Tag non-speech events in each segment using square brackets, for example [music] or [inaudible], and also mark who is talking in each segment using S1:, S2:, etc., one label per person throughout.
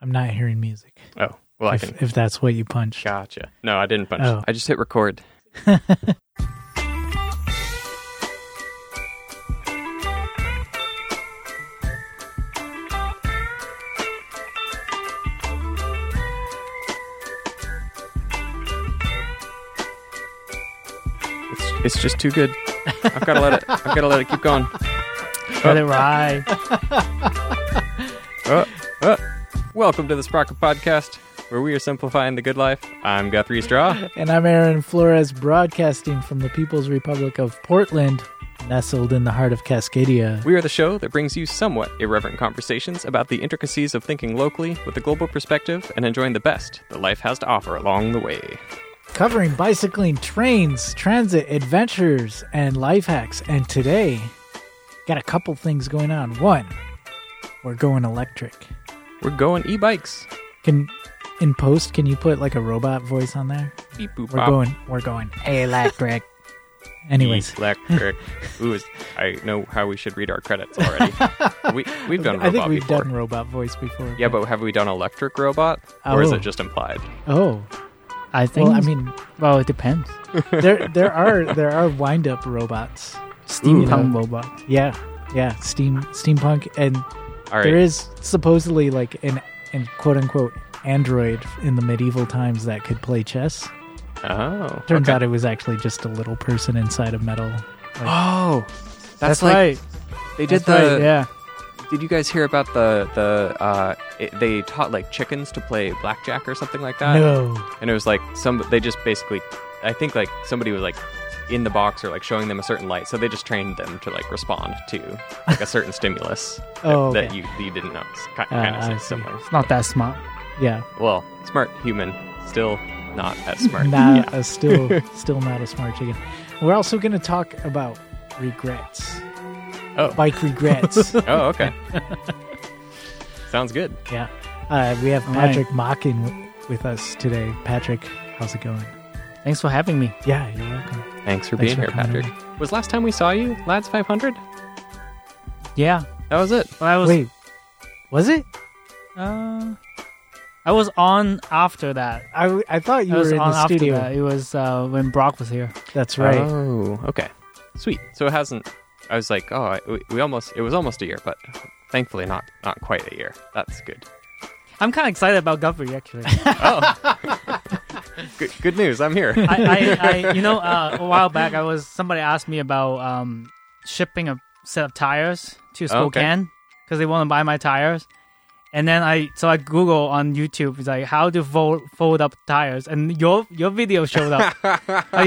S1: I'm not hearing music.
S2: Oh, well, I
S1: if,
S2: can.
S1: if that's what you punched.
S2: Gotcha. No, I didn't punch.
S1: Oh.
S2: I just hit record.
S1: [laughs]
S2: It's, it's just too [laughs] good. I've got to let it. I've got to let it keep going.
S1: Let
S2: Oh.
S1: it ride.
S2: Uh, uh. Welcome to the Sprocket Podcast, where we are simplifying the good life. I'm Guthrie Straw.
S1: And I'm Aaron Flores, broadcasting from the People's Republic of Portland, nestled in the heart of Cascadia.
S2: We are the show that brings you somewhat irreverent conversations about the intricacies of thinking locally with a global perspective and enjoying the best that life has to offer along the way.
S1: Covering bicycling, trains, transit, adventures, and life hacks. And today, got a couple things going on. One, we're going electric.
S2: We're going e bikes.
S1: Can in post, can you put like a robot voice on there?
S2: Beep boop
S1: We're
S2: bop.
S1: going. We're going
S2: [laughs]
S1: electric. Anyways, [laughs]
S2: Electric. Ooh, is- I know how we should read our credits
S1: [laughs]
S2: already. we, we've done robot
S1: I think we've
S2: before.
S1: done robot voice before.
S2: yeah, but have we done electric robot? Or is
S1: Oh.
S2: it just implied?
S1: oh,
S3: I think.
S1: well, I mean,
S3: well,
S2: [laughs]
S3: it depends.
S1: there there are there are wind up robots.
S2: Mm-hmm.
S3: Steampunk robot.
S1: Yeah, yeah, steam steampunk, and
S2: All right.
S1: there is supposedly like an an quote unquote android in the medieval times that could play chess.
S2: Oh.
S1: Turns
S2: okay.
S1: out it was actually just a little person inside a metal.
S2: Oh. That's, like
S3: right.
S2: they did
S3: That's
S2: the uh,
S3: right. Yeah.
S2: Did you guys hear about the the uh, it, they taught like chickens to play blackjack or something like that?
S1: no,
S2: And it was like some they just basically, I think like somebody was like in the box or like showing them a certain light, so they just trained them to like respond to like a
S1: [laughs]
S2: certain stimulus
S1: Oh,
S2: that, that
S1: okay.
S2: you that you didn't know. It's kind,
S1: Uh,
S2: kind
S1: I
S2: of
S1: see.
S2: similar.
S3: It's not that smart.
S1: yeah,
S2: Well, smart human, still not as smart.
S1: not
S2: Yeah.
S1: a still
S3: [laughs]
S1: still not a smart chicken. We're also going to talk about regrets,
S2: Oh.
S1: bike
S3: [laughs]
S1: regrets.
S2: Oh, [laughs] okay. Sounds good.
S1: Yeah. Uh, we have
S3: All right.
S1: Patrick Mockin w- with us today. Patrick, how's it going?
S3: Thanks for having me.
S1: Yeah, you're welcome.
S2: Thanks for
S1: Thanks
S2: being
S1: for
S2: here,
S1: coming
S2: Patrick. Was last time we saw you, Lads 500?
S3: Yeah.
S2: That was it.
S3: Well, I was.
S1: Wait, was it?
S3: Uh, I was on after that.
S1: I, w- I thought you
S3: I
S1: were
S3: was
S1: in
S3: on
S1: the
S3: after
S1: studio.
S3: that. It was uh, when Brock was here.
S1: That's right.
S2: Oh, okay. Sweet. So it hasn't. I was like, oh, I, we- we almost. It was almost a year, but thankfully not. Not quite a year. That's good.
S3: I'm kind of excited about Guthrie actually.
S2: Good, good news. I'm
S1: [laughs]
S2: here.
S3: I, I, I you know, uh, a while back, I was somebody asked me about um, shipping a set of tires to
S2: Oh, okay.
S3: Spokane because they want to buy my tires. And then I, so I Google on YouTube, it's like how to fold, fold up tires, and your your video showed up, Are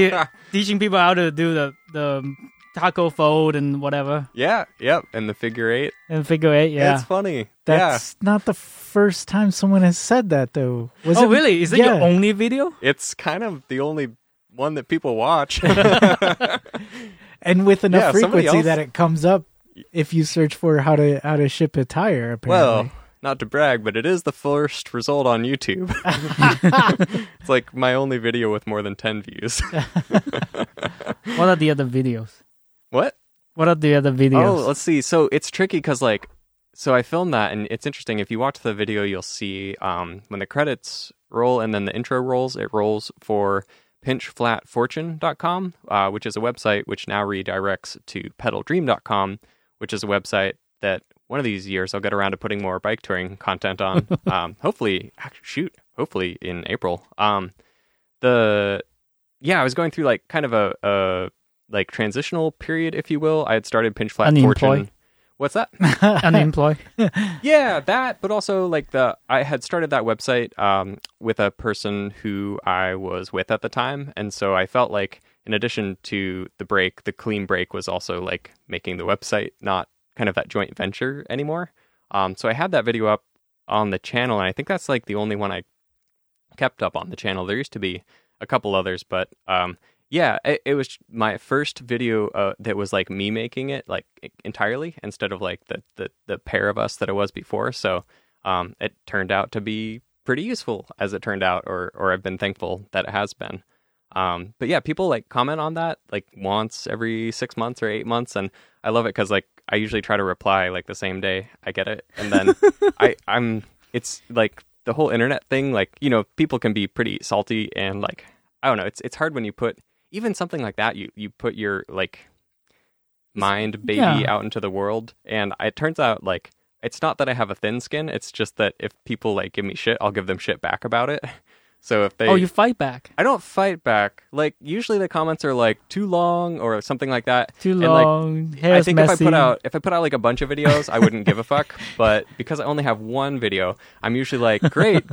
S2: [laughs]
S3: you teaching people how to do the the taco fold and whatever
S2: yeah. Yep. And the figure eight.
S3: and figure eight. Yeah.
S2: It's funny.
S1: That's not the first time someone has said that, though. Was
S3: oh
S1: it,
S3: really? Is it
S1: yeah.
S3: your only video?
S2: yeah. It's kind of the only one that people watch.
S1: And with enough
S2: Yeah, somebody
S1: frequency
S2: else-
S1: that it comes up if you search for how to how to ship a tire. Apparently,
S2: well, not to brag, but it is the first result on YouTube. [laughs] it's like my only video with more than ten views.
S3: What are the other videos?
S2: what?
S3: What are the other videos?
S2: Oh, let's see. So it's tricky because like, so I filmed that, and it's interesting. If you watch the video, you'll see um, when the credits roll and then the intro rolls. It rolls for pinchflatfortune.com, uh, which is a website which now redirects to pedaldream.com, which is a website that one of these years I'll get around to putting more bike touring content on. um, hopefully, act- shoot, hopefully in April. Um, the yeah, I was going through like kind of a, a like transitional period, if you will. I had started Pinch Flat
S3: Unemployed.
S2: Fortune. What's that? [laughs]
S3: Unemployed.
S2: yeah, that. But also like the I had started that website um, with a person who I was with at the time, and so I felt like in addition to the break, the clean break was also like making the website not kind of that joint venture anymore. Um, so I had that video up on the channel, and I think that's like the only one I kept up on the channel. There used to be a couple others, but um, yeah, it, it was my first video uh, that was like me making it like e- entirely instead of like the, the the pair of us that it was before. So um, it turned out to be pretty useful, as it turned out, or or I've been thankful that it has been. Um, but yeah, people like comment on that like once every six months or eight months, and I love it because like I usually try to reply like the same day I get it, and then I I'm it's like the whole internet thing. Like you know, people can be pretty salty and like I don't know. It's it's hard when you put even something like that. You you put your like mind baby
S1: Yeah.
S2: out into the world, and it turns out like it's not that I have a thin skin. It's just that if people like give me shit, I'll give them shit back about it. [laughs] So if they
S3: Oh, you fight back.
S2: I don't fight back. Like usually the comments are like too long or something like that.
S3: Too
S2: And, like,
S3: long.
S2: I
S3: hair's
S2: think
S3: messy.
S2: if I put out if I put out like a bunch of videos, I wouldn't give a fuck.
S1: [laughs]
S2: But because I only have one video, I'm usually like, great,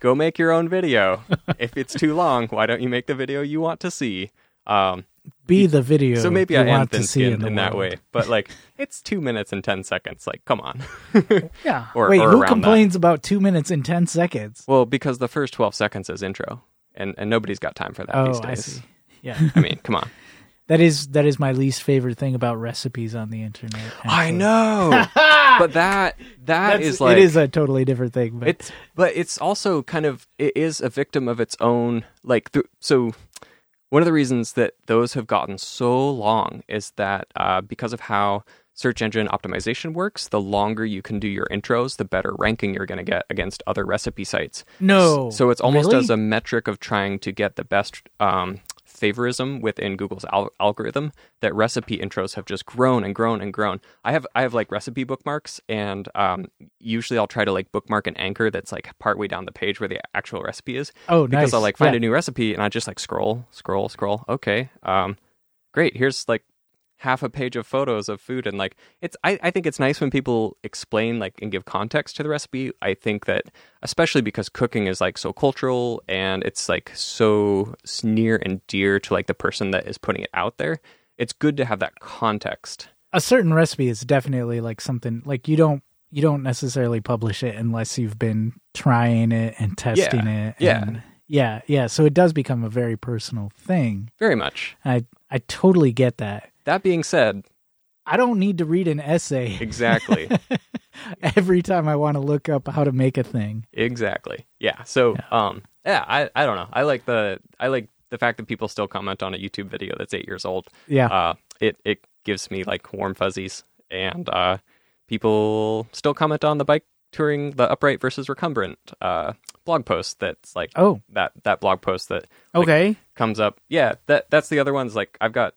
S2: go make your own video. If it's too long, why don't you make the video you want to see? Um,
S1: Be the video.
S2: so maybe
S1: you
S2: I am
S1: want to
S2: thin
S1: see
S2: skinned in,
S1: the
S2: that
S1: world.
S2: way. But like, it's two minutes and ten seconds. Like,
S1: [laughs]
S2: come on.
S3: yeah.
S2: or,
S1: Wait,
S2: or
S1: who
S2: around
S1: complains about two minutes and ten seconds?
S2: That. Well, because the first twelve seconds is intro, and and nobody's got time for that
S1: Oh,
S2: these
S1: I
S2: days.
S1: see. Yeah,
S2: I mean, come on.
S1: that is that is my least favorite thing about recipes on the internet.
S2: I
S1: actually. [laughs]
S2: know. but that Ah, that
S1: That's,
S2: is like
S1: it is a totally different thing. But
S2: it's but it's also kind of it is a victim of its own like th- so one of the reasons that those have gotten so long is that uh, because of how search engine optimization works the longer you can do your intros the better ranking you're going to get against other recipe sites
S1: no,
S2: so it's almost
S1: Really?
S2: as a metric of trying to get the best um, favorism within Google's al- algorithm that recipe intros have just grown and grown and grown. I have I have like recipe bookmarks, and um, usually I'll try to like bookmark an anchor that's like partway down the page where the actual recipe is
S1: oh
S2: because
S1: nice.
S2: I'll like find
S1: Yeah.
S2: a new recipe and I just like scroll, scroll, scroll. Okay, um, great. Here's like half a page of photos of food and like it's I, I think it's nice when people explain like and give context to the recipe i think that especially because cooking is like so cultural and it's like so s- near and dear to like the person that is putting it out there it's good to have that context
S1: a certain recipe is definitely like something like you don't you don't necessarily publish it unless you've been trying it and testing it.
S2: yeah.
S1: and- yeah, yeah. So it does become a very personal thing.
S2: very much
S1: I I totally get that.
S2: that being said
S1: I don't need to read an essay
S2: exactly
S1: [laughs] every time I want to look up how to make a thing.
S2: [laughs] Exactly. Yeah. So um yeah, I, I don't know. I like the I like the fact that people still comment on a YouTube video that's eight years old.
S1: Yeah.
S2: Uh it it gives me like warm fuzzies and uh people still comment on the bike touring the upright versus recumbent uh blog post that's like
S1: oh,
S2: that that blog post that like,
S3: Okay.
S2: comes up. Yeah, that that's the other one's like I've got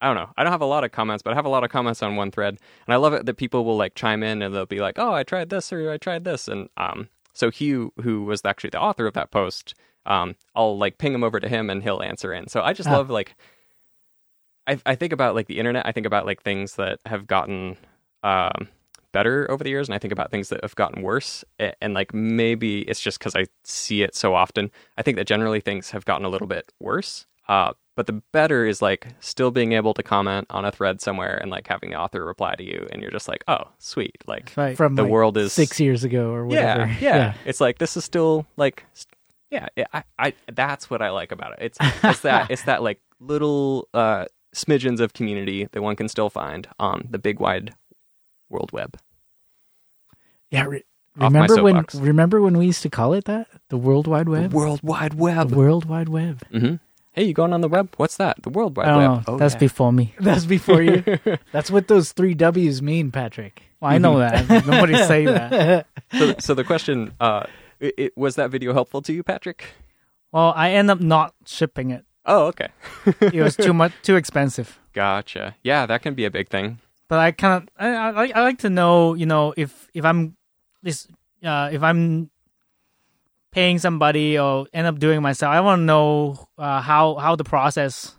S2: I don't know. I don't have a lot of comments, but I have a lot of comments on one thread. And I love it that people will like chime in and they'll be like, "Oh, I tried this or I tried this." And um so Hugh who was actually the author of that post, um I'll like ping him over to him and he'll answer in. So I just
S1: Ah.
S2: love like I I think about like the internet. I think about like things that have gotten um better over the years and I think about things that have gotten worse A- and like maybe it's just cuz I see it so often. I think that generally things have gotten a little bit worse. Uh but the better is like still being able to comment on a thread somewhere and like having the author reply to you and you're just like, "Oh, sweet." Like
S3: Right.
S1: from
S2: the
S1: like,
S2: world is
S1: six years ago or whatever.
S2: yeah, yeah, It's like this is still like, s- yeah. it- I, I, that's what I like about it. It's, it's that, it's that like little uh, smidgens of community that one can still find on the big wide world web.
S1: Yeah, re-
S2: Off my
S1: remember when?
S2: soapbox.
S1: Remember when we used to call it that? The World Wide Web.
S2: World Wide
S1: The
S2: Web.
S1: World Wide Web.
S2: hmm Hey, you going on the web? What's that? The World
S3: I
S2: Wide
S3: don't
S2: Web.
S3: know. [laughs] Oh, That's
S2: yeah.
S3: before me.
S1: That's before you. [laughs] That's what those three W's mean, Patrick.
S3: Well, I
S2: [laughs]
S3: know that. Nobody say that.
S2: so, so the question. Uh, it, it, was that video helpful to you, Patrick?
S3: Well, I end up not shipping it.
S2: Oh, okay.
S3: It was too much, too expensive.
S2: Gotcha. Yeah, that can be a big thing.
S3: But I kind of, I, I, like- I like to know, you know, if if I'm this, uh, if I'm paying somebody or end up doing it myself, I want to know uh, how how the process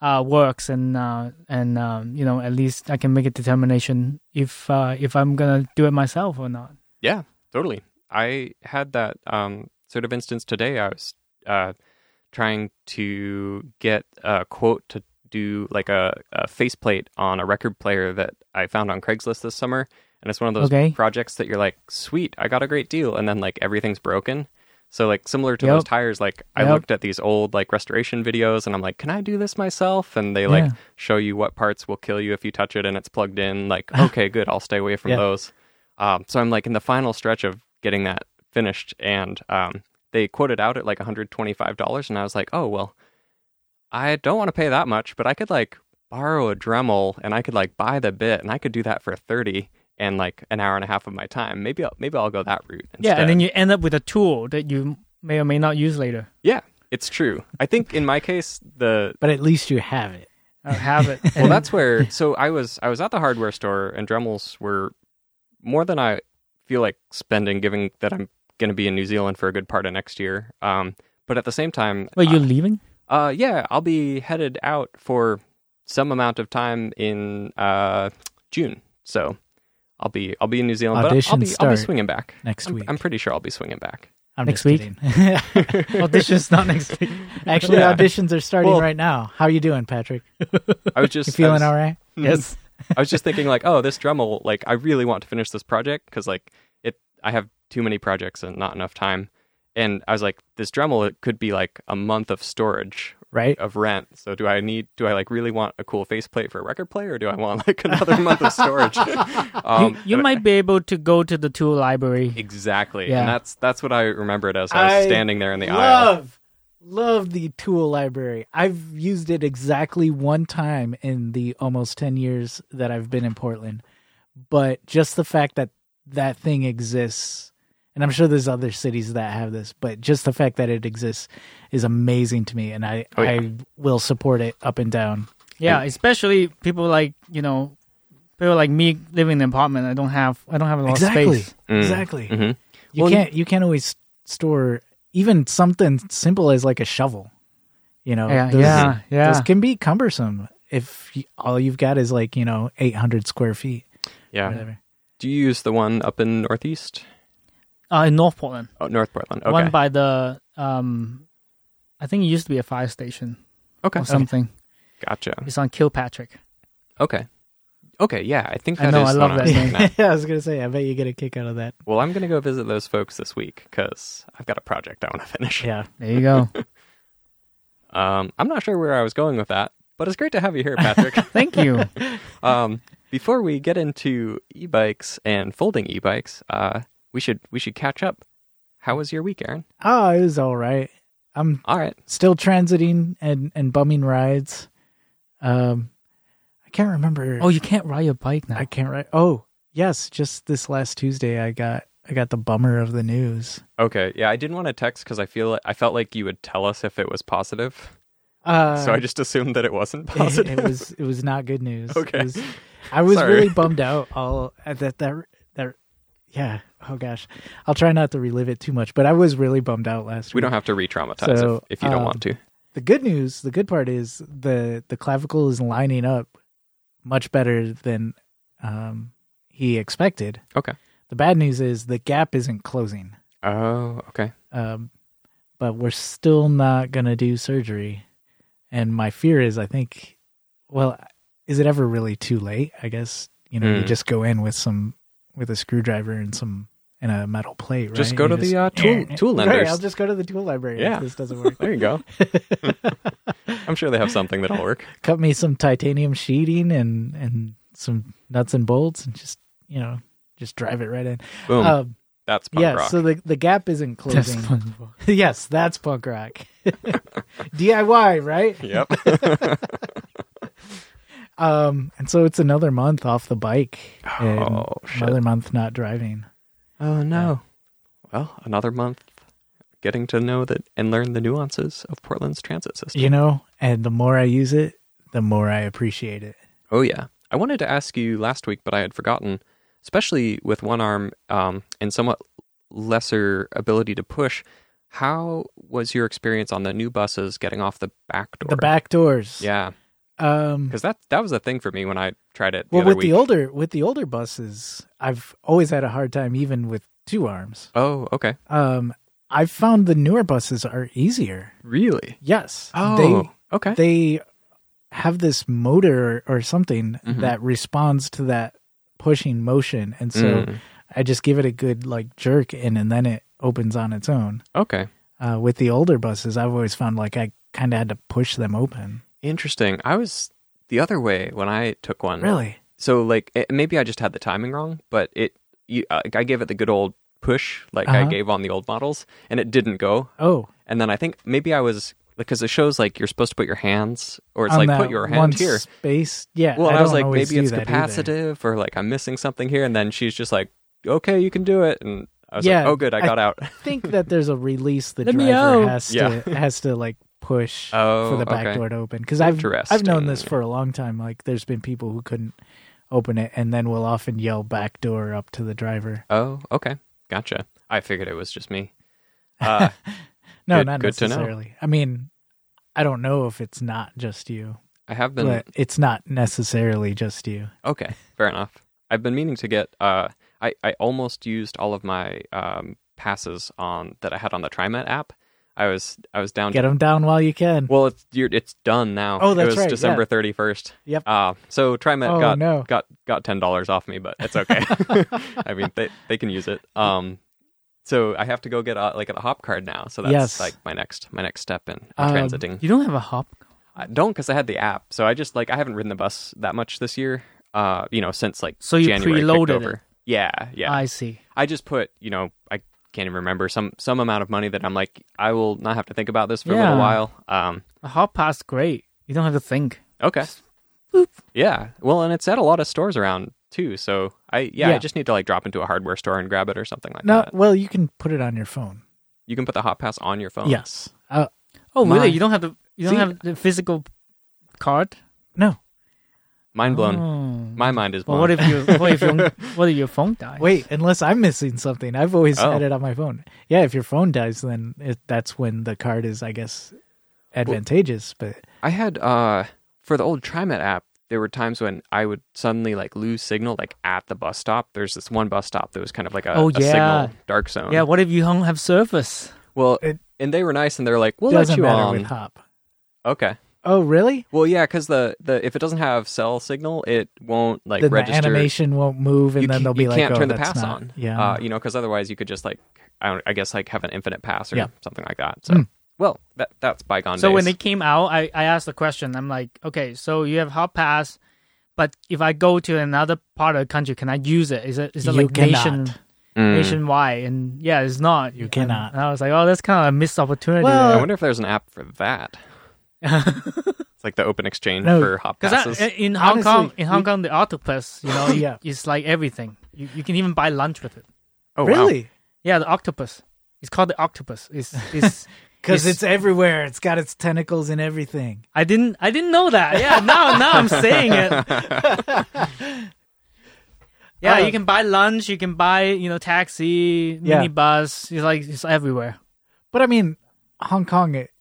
S3: uh, works, and uh, and um, you know, at least I can make a determination if uh, if I'm gonna do it myself or not.
S2: Yeah, totally. I had that um, sort of instance today. I was uh, trying to get a quote to do like a, a faceplate on a record player that I found on Craigslist this summer. And it's one of those
S3: Okay.
S2: projects that you're like, sweet, I got a great deal. And then like everything's broken. So like similar to
S3: Yep.
S2: those tires, like I
S3: Yep.
S2: looked at these old like restoration videos and I'm like, can I do this myself? And they like
S3: Yeah.
S2: show you what parts will kill you if you touch it and it's plugged in.
S3: [laughs]
S2: Like, okay, good, I'll stay away from
S1: Yeah.
S2: those. Um, so I'm like in the final stretch of getting that finished, and um, they quoted out at like $125, and I was like, oh well, I don't want to pay that much, but I could like borrow a Dremel and I could like buy the bit and I could do that for 30 and like an hour and a half of my time. Maybe I'll, maybe I'll go that route. Instead.
S3: Yeah, and then you end up with a tool that you may or may not use later.
S2: yeah, it's true. I think in my case the
S1: But at least you have it.
S3: I have it.
S2: well
S1: [laughs]
S2: that's where so I was I was at the hardware store and Dremels were more than I feel like spending given that I'm going to be in New Zealand for a good part of next year. Um, but at the same time,
S3: Wait,
S2: uh,
S3: you're leaving?
S2: Uh, yeah, I'll be headed out for some amount of time in uh, June, so I'll be I'll be in New Zealand. but I'll
S1: Auditions
S2: be I'll be
S1: start
S2: swinging back
S1: next
S2: I'm,
S1: week.
S2: I'm pretty sure I'll be swinging back.
S1: I'm
S3: Next
S1: just
S3: week?
S1: kidding. [laughs]
S3: Audition's not next week.
S1: Actually,
S2: Yeah.
S1: auditions are starting
S2: Well-
S1: right now. How you doing,
S2: [laughs]
S1: Patrick? [laughs]
S2: I was just
S1: You feeling
S2: I
S1: all
S2: was,
S1: right?
S3: yes.
S2: I was just thinking like, oh, this Dremel, like I really want to finish this project because like it, I have too many projects and not enough time. And I was like, this Dremel, it could be like a month of storage
S1: Right?
S2: of rent. So do I need? Do I like really want a cool faceplate for a record player, or do I want like [laughs] another month of
S1: [laughs]
S2: storage? um,
S3: you, you might be able to go to the tool library.
S2: exactly,
S3: Yeah.
S2: and that's that's what I remembered as I was
S1: I
S2: standing there in the aisle.
S1: love, love the tool library. I've used it exactly one time in the almost 10 years that I've been in Portland. But just the fact that that thing exists, and I'm sure there's other cities that have this, but just the fact that it exists is amazing to me. And I,
S2: Oh, yeah.
S1: I will support it up and down.
S3: Yeah, especially people like you know, people like me living in an apartment. I don't have I don't have a lot
S1: exactly.
S3: of space.
S2: Mm.
S1: Exactly.
S2: Mhm.
S1: You
S2: Well,
S1: can't you can't always store even something simple as like a shovel. You know,
S3: Yeah,
S1: those-
S3: yeah, yeah.
S1: Those can be cumbersome if you, all you've got is like you know 800 square feet.
S2: Yeah.
S1: Whatever. [laughs]
S2: Do you use the one up in Northeast,
S3: Uh, in North Portland,
S2: oh, North Portland? Okay.
S3: one by the um, I think it used to be a fire station
S2: okay.
S3: or something.
S2: Gotcha.
S3: It's on Kilpatrick.
S2: Okay. Okay, yeah, I think
S3: I
S2: that is
S3: know, I
S2: the
S3: love
S2: one
S3: that
S2: was
S3: name.
S2: looking at.
S1: I was gonna say, I bet you get a kick out of that.
S2: Well, I'm going to go visit those folks this week because I've got a project I want to finish.
S1: Yeah,
S3: There you [laughs] go.
S2: Um, I'm not sure where I was going with that, but it's great to have you
S1: [laughs]
S2: here, Patrick.
S3: Thank you.
S2: um, before we get into e-bikes and folding e-bikes, uh, we should we should catch up. How was your week, Aaron?
S1: oh, it was all right. I'm
S2: All right.
S1: still transiting and and bumming rides. Um, I can't remember.
S3: Oh, you can't ride your bike now.
S1: I can't ride. Oh, yes, just this last Tuesday, I got I got the bummer of the news.
S2: Okay. Yeah, I didn't want to text because I feel I felt like you would tell us if it was positive,
S1: Uh,
S2: so I just assumed that it wasn't
S1: it,
S2: positive.
S1: it was it was not good news. It
S2: [laughs] Okay.
S1: was- I was
S2: Sorry.
S1: really bummed out. All at that that that yeah. Oh gosh, I'll try not to relive it too much, but I was really bummed out last
S2: [laughs] we
S1: week.
S2: don't have to re-traumatize
S1: So,
S2: if, if you don't
S1: um,
S2: want to.
S1: the good news, the good part is the the clavicle is lining up much better than um, he expected.
S2: Okay.
S1: The bad news is the gap isn't closing,
S2: Oh, okay.
S1: um, but we're still not gonna do surgery. And my fear is, I think, well, is it ever really too late? I guess you know you
S2: Mm.
S1: just go in with some with a screwdriver and some and a metal plate.
S2: Just
S1: right?
S2: go
S1: You
S2: to the, uh, tool- tool
S1: Right,
S2: lenders.
S1: I'll just go to the tool library.
S2: Yeah.
S1: if this doesn't work.
S2: There you go. [laughs] I'm sure they have something that'll work.
S1: [laughs]
S2: [laughs]
S1: cut me some titanium sheeting and and some nuts and bolts and just you know just drive it right in.
S2: Boom.
S1: Um,
S2: That's punk
S1: yeah,
S2: rock.
S1: so the the gap isn't
S3: That's
S1: closing.
S3: fun.
S1: [laughs] yes, that's punk rock. [laughs] DIY, right?
S2: [laughs] yep.
S1: Um, and so it's another month off the bike and
S2: Oh, shit.
S1: another month not driving.
S2: oh no. Well, another month getting to know that and learn the nuances of Portland's transit system.
S1: You know, and the more I use it, the more I appreciate it.
S2: Oh yeah. I wanted to ask you last week, but I had forgotten. Especially with one arm um, and somewhat lesser ability to push, how was your experience on the new buses getting off the back door?
S1: The back doors.
S2: Yeah,
S1: Um
S2: because that that was a thing for me when I tried it. The
S1: well
S2: other
S1: with
S2: week.
S1: the older with the older buses, I've always had a hard time even with two arms.
S2: oh, okay,
S1: um, I've found the newer buses are easier.
S2: really?
S1: Yes.
S2: Oh, okay.
S1: They they have this motor or, or something
S2: Mhm.
S1: that responds to that pushing motion, and so
S2: Mm.
S1: I just give it a good like jerk, and and then it opens on its own.
S2: okay.
S1: Uh, with the older buses, I've always found like I kind of had to push them open.
S2: Interesting. I was the other way when I took one.
S1: Really?
S2: So like it, maybe I just had the timing wrong, but it you, uh, I gave it the good old push like I
S1: Uh-huh.
S2: gave on the old models and it didn't go.
S1: Oh,
S2: And then I think maybe I was because it shows like you're supposed to put your hands or it's
S1: on
S2: like
S1: that
S2: put your
S1: one
S2: hand here.
S1: Space. Yeah.
S2: Well,
S1: I,
S2: and I, was
S1: don't
S2: like,
S1: always
S2: maybe it's
S1: do that either.
S2: capacitive or like I'm missing something here. And then she's just like, okay, you can do it. And I was
S1: Yeah,
S2: like, oh, good, I
S1: I-
S2: got out.
S1: think that there's a release the
S3: Let me
S1: driver
S3: out.
S1: has
S2: Yeah.
S1: to has to like push [laughs]
S2: Oh,
S1: for the back
S2: okay.
S1: door to open because I've I've known this
S2: Interesting.
S1: for a long time. Like there's been people who couldn't open it and then will often yell back door up to the driver.
S2: Oh, okay. Gotcha. I figured it was just me.
S1: [laughs]
S2: Uh,
S1: No,
S2: Good-
S1: not
S2: good to know.
S1: necessarily. I mean, I don't know if it's not just you,
S2: I have been.
S1: but it's not necessarily just you.
S2: Okay, fair enough. I've been meaning to get. Uh, I I almost used all of my um, passes on that I had on the TriMet app. I was I was down.
S1: Get them down while you can.
S2: well, it's you're, it's done now.
S1: Oh, that's
S2: it was
S1: right, yeah.
S2: December thirty first.
S1: Yep.
S2: Uh, so TriMet
S1: Oh,
S2: got
S1: no.
S2: got got ten dollars off me, but
S1: [laughs]
S2: it's okay. [laughs] I mean, they they can use it. Um, so I have to go get a, like a hop card now. So that's
S1: Yes.
S2: like my next my next step in
S1: Um,
S2: transiting.
S3: You don't have a hop.
S2: I don't because I had the app. So I just like I haven't ridden the bus that much this year. Uh, you know, since like
S3: So you
S2: January kicked
S3: preloaded
S2: over.
S3: it.
S2: Yeah, yeah. I,
S3: I see.
S2: just put you know I can't even remember some some amount of money that I'm like I will not have to think about this for a little
S3: Yeah.
S2: while. Um,
S3: A hop pass, great. You don't have to think.
S2: okay.
S3: Boop.
S2: Yeah. Well, and it's at a lot of stores around too. So I yeah, I
S1: Yeah.
S2: just need to like drop into a hardware store and grab it or something like
S1: No,
S2: that.
S1: well, you can put it on your phone.
S2: You can put the hot pass on your phone.
S1: Yes. Uh,
S3: Oh,
S1: My-
S3: really? You don't have the you don't
S1: See-
S3: have the physical card.
S1: no.
S2: Mind blown.
S3: Oh.
S2: My mind is blown.
S3: Well, what if you what
S1: [laughs]
S3: if your what if your phone dies?
S1: Wait, unless I'm missing something. I've always
S2: Oh.
S1: had it on my phone. Yeah, if your phone dies, then it, that's when the card is, I guess, advantageous. But
S2: I had uh for the old TriMet app, there were times when I would suddenly like lose signal like at the bus stop. There's this one bus stop that was kind of like a,
S3: Oh,
S2: a
S3: yeah.
S2: signal dark zone.
S3: Yeah. What if you don't have service?
S2: Well,
S1: It-
S2: and they were nice and they were like, "We'll let
S1: doesn't
S2: you
S1: matter
S2: on."
S1: with Hop.
S2: okay.
S1: Oh, really?
S2: Well, yeah, cuz the the if it doesn't have cell signal, it won't like
S1: then
S2: register
S1: the animation won't move, and
S2: you
S1: then
S2: can't-
S1: they'll be
S2: you
S1: like,
S2: can't
S1: "Oh,
S2: turn the
S1: that's
S2: pass
S1: not."
S2: on.
S1: Yeah.
S2: Uh, you know, because otherwise you could just like, I, don't, I guess like have an infinite pass or
S1: Yeah.
S2: something like that. So,
S1: Hmm.
S2: well, that that's bygone
S3: So
S2: days.
S3: when they came out, I, I asked the question. I'm like, okay, so you have hot pass, but if I go to another part of the country, can I use it? Is it is it
S1: You
S3: like nation
S1: cannot. Hmm.
S2: Mm.
S3: nationwide? And yeah, it's not.
S1: You cannot.
S3: And I was like, oh, that's kind of a missed opportunity.
S1: Well,
S2: I
S3: there.
S2: wonder if there's an app for
S1: [laughs]
S2: that. It's like the open exchange
S1: No, eh,
S2: for hop passes.
S3: Because in Hong
S1: Honestly,
S3: Kong, in Hong
S1: we-
S3: Kong, the octopus, you know,
S1: [laughs] Yeah.
S3: it's like everything. You, you can even buy lunch with it.
S2: oh, wow.
S1: really?
S3: Yeah, the octopus. It's called the octopus. It's, [laughs] it's
S1: Because
S3: It's-
S1: it's everywhere. It's got its tentacles and everything.
S3: I didn't I didn't know that. Yeah, now now I'm saying it. [laughs] Yeah,
S1: Uh,
S3: you can buy lunch, you can buy you know taxi,
S1: Yeah.
S3: minibus. It's like it's everywhere.
S1: But I mean, Hong Kong, it-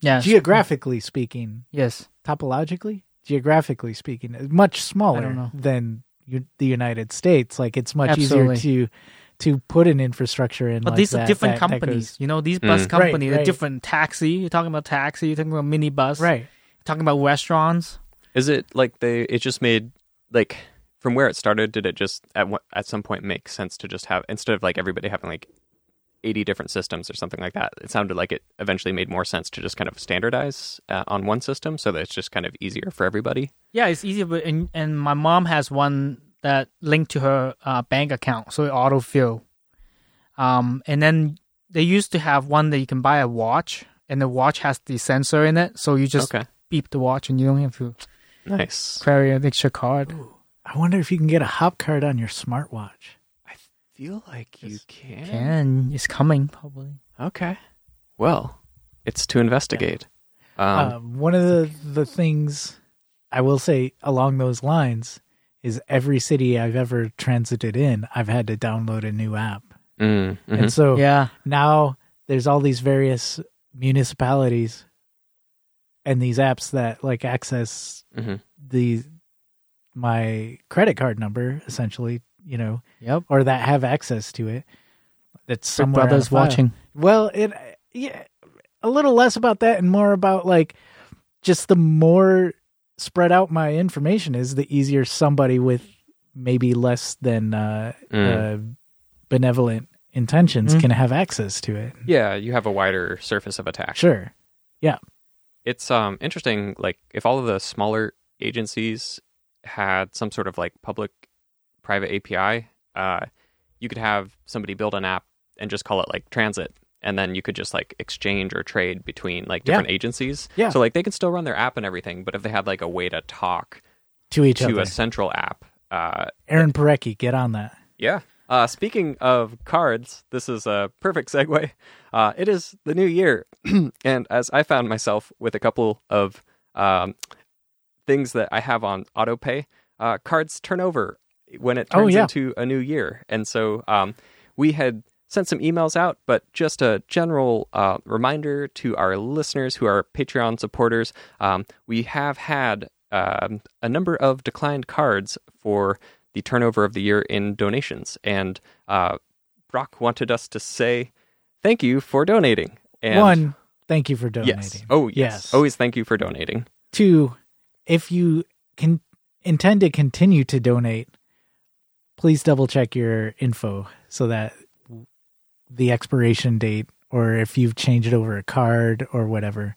S3: Yes,
S1: geographically speaking,
S3: yes.
S1: topologically, geographically speaking, is much smaller
S3: know.
S1: than you, the United States. Like it's much
S3: Absolutely.
S1: easier to to put an infrastructure in.
S3: But
S1: like
S3: these are
S1: that-
S3: different
S1: that- that
S3: companies.
S1: goes-
S3: you know, these bus
S2: Mm.
S1: Right,
S3: companies are
S1: right.
S3: different. Taxi. You're talking about taxi. You're talking about minibus.
S1: right?
S3: You're talking about restaurants.
S2: Is it like they? It just made like from where it started. Did it just at what at some point make sense to just have instead of like everybody having like eighty different systems or something like that? It sounded like it eventually made more sense to just kind of standardize uh, on one system so that it's just kind of easier for everybody.
S3: Yeah, it's easy. But and, and my mom has one that linked to her uh, bank account, so it autofill. Um, and then they used to have one that you can buy a watch, and the watch has the sensor in it, so you just
S2: Okay.
S3: beep the watch, and you don't have to
S2: Nice.
S3: carry an extra card.
S1: I wonder if you can get a hop card on your smartwatch.
S2: I feel like you can.
S3: Can it's coming probably?
S2: Okay. Well, it's to investigate. Um,
S1: Uh, one of the, the things I will say along those lines is every city I've ever transited in, I've had to download a new app,
S2: mm, mhm.
S1: and so
S3: Yeah,
S1: now there's all these various municipalities and these apps that like access
S2: Mhm.
S1: the my credit card number essentially you know
S3: yep.
S1: or that have access to it that's
S3: Some
S1: somewhere on a
S3: brothers
S1: file.
S3: watching.
S1: well it uh, yeah a little less about that and more about like just the more spread out my information is the easier somebody with maybe less than uh,
S2: Mm.
S1: uh benevolent intentions
S2: Hmm.
S3: Mm.
S1: can have access to it
S2: yeah, you have a wider surface of attack.
S1: Sure.
S2: it's um interesting like if all of the smaller agencies had some sort of like public private api uh you could have somebody build an app and just call it like transit and then you could just like exchange or trade between like
S1: Yeah.
S2: different agencies.
S1: Yeah.
S2: So like they can still run their app and everything, but if they had like a way to talk
S1: to each
S2: to
S1: other.
S2: a central app, uh,
S1: Aaron Parecki, get on that.
S2: yeah. Uh, speaking of cards, this is a perfect segue. Uh, it is the new year, [clears throat] and as I found myself with a couple of um, things that I have on autopay, uh, cards turn over when it
S1: Oh,
S2: turns
S1: yeah.
S2: into a new year, and so um, we had sent some emails out, but just a general uh, reminder to our listeners who are Patreon supporters, um, we have had um, a number of declined cards for the turnover of the year in donations. And uh, Brock wanted us to say thank you for donating. And
S1: One, thank you for donating.
S2: yes, oh yes.
S1: Yes.
S2: always thank you for donating.
S1: Two, if you can intend to continue to donate, please double check your info so that the expiration date or if you've changed over a card or whatever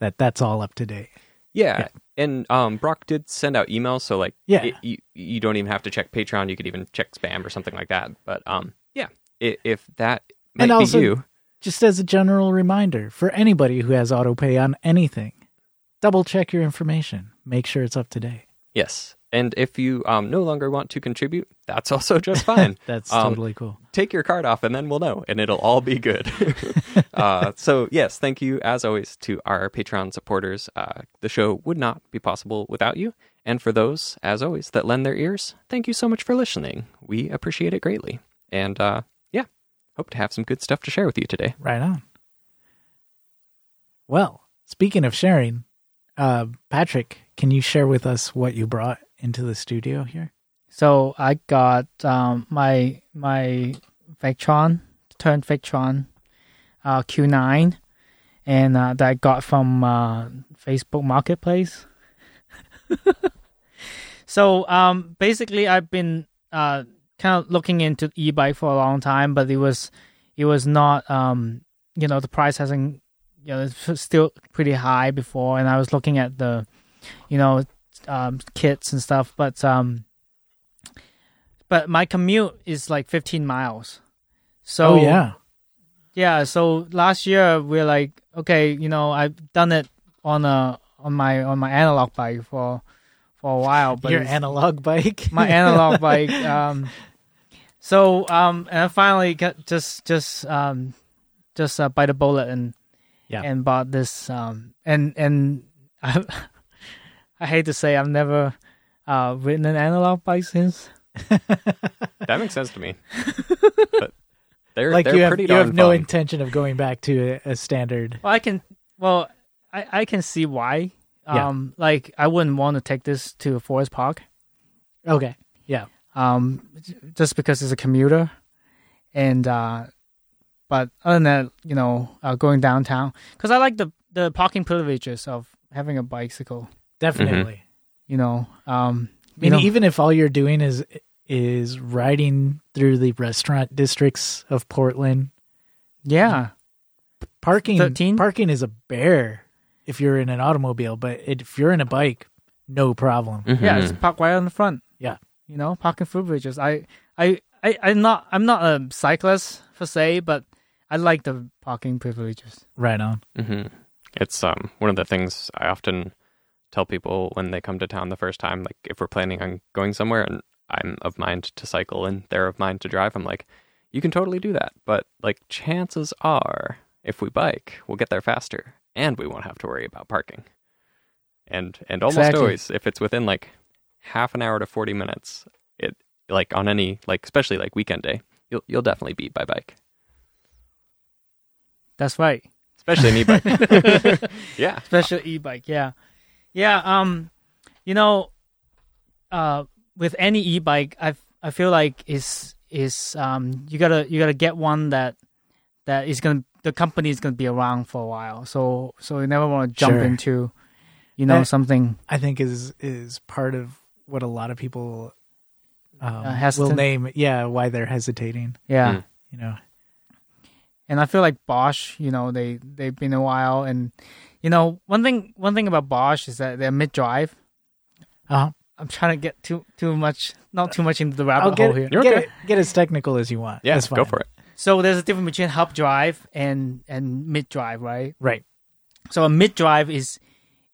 S1: that that's all up to date.
S2: Yeah. And um, Brock did send out emails, so like,
S1: Yeah.
S2: it- you, you don't even have to check Patreon. You could even check spam or something like that. But um, yeah, i- if that might
S1: And
S2: be
S1: also-
S2: you,
S1: Just as a general reminder for anybody who has autopay on anything, double check your information, make sure it's up to date.
S2: yes. And if you um, no longer want to contribute, that's also just fine.
S1: [laughs] That's
S2: Um,
S1: totally cool.
S2: take your card off and then we'll know and it'll all be [laughs] good uh, so yes thank you as always to our patreon supporters uh, the show would not be possible without you and for those as always that lend their ears thank you so much for listening we appreciate it greatly and uh, yeah hope to have some good stuff to share with you today
S1: Right on. Well, speaking of sharing, uh, Patrick, can you share with us what you brought into the studio here?
S3: So I got um, my my Vectron, turned Vectron uh, Q9, and uh, that I got from uh, Facebook Marketplace. [laughs] so um, basically, I've been uh, kind of looking into e-bike for a long time, but it was it was not um, you know the price hasn't you know it's still pretty high before, and I was looking at the you know um, kits and stuff, but um, but my commute is like 15 miles. So
S1: oh yeah,
S3: yeah. So last year we're like, okay, you know, I've done it on a on my on my analog bike for for a while, but
S1: your
S3: it's-
S1: analog [laughs] bike.
S3: [laughs] my
S1: [laughs]
S3: analog bike. Um, so um, and I finally got just just um, just uh, bite a bullet and
S1: Yeah.
S3: and bought this um and and [laughs] I, I hate to say I've never uh ridden an analog bike since.
S2: that makes sense to [laughs] me but they're,
S1: like
S2: they're
S1: you have
S2: pretty
S1: you
S2: darn
S1: have no
S2: fun.
S1: intention of going back to a, a standard.
S3: Well, I can. Well, I I can see why.
S1: Yeah.
S3: Um, like I wouldn't want to take this to a forest park.
S1: Okay, yeah,
S3: Um, j- just because it's a commuter, and uh, but other than that, you know, uh, going downtown because I like the the parking privileges of having a bicycle.
S1: definitely.
S3: You know, um,
S1: I mean,
S3: Mm-hmm. you know,
S1: even if all you're doing is is riding through the restaurant districts of Portland,
S3: yeah,
S1: parking
S3: 13?
S1: parking is a bear if you're in an automobile, but if you're in a bike, no problem.
S2: Mhm.
S3: yeah, just park right on the front.
S1: Hmm. Yeah.
S3: you know, parking privileges. I I I I'm not I'm not a cyclist per se, but I like the parking privileges.
S1: Right on.
S2: hmm It's um one of the things I often tell people when they come to town the first time. Like if we're planning on going somewhere and I'm of mind to cycle and they're of mind to drive, I'm like, you can totally do that. But like chances are, if we bike, we'll get there faster and we won't have to worry about parking. And and almost
S3: Exactly.
S2: always, if it's within like half an hour to forty minutes, it like on any like especially like weekend day, you'll you'll definitely beat by bike,
S3: That's right.
S2: especially an e bike. [laughs] yeah.
S3: Special e-bike, yeah. Yeah, um you know uh with any e-bike I I feel like is is um you got to you got to get one that that is going to the company is going to be around for a while. So so you never want to jump
S1: Sure.
S3: into you know
S1: Eh,
S3: something
S1: I think is is part of what a lot of people um, will
S3: hesitant.
S1: name. Yeah, why they're hesitating.
S3: yeah.
S2: Mm.
S1: You know,
S3: and I feel like Bosch, you know, they they've been a while and you know, one thing one thing about Bosch is that they're mid-drive.
S1: uh-huh.
S3: I'm trying to get too too much not too much into the rabbit
S1: I'll
S3: hole
S1: get
S3: here.
S1: get,
S2: You're okay.
S1: it, get as technical as you want.
S2: Yeah,
S1: That's fine.
S2: go for it.
S3: So there's a difference between hub drive and and mid drive, right?
S1: Right.
S3: So a mid drive is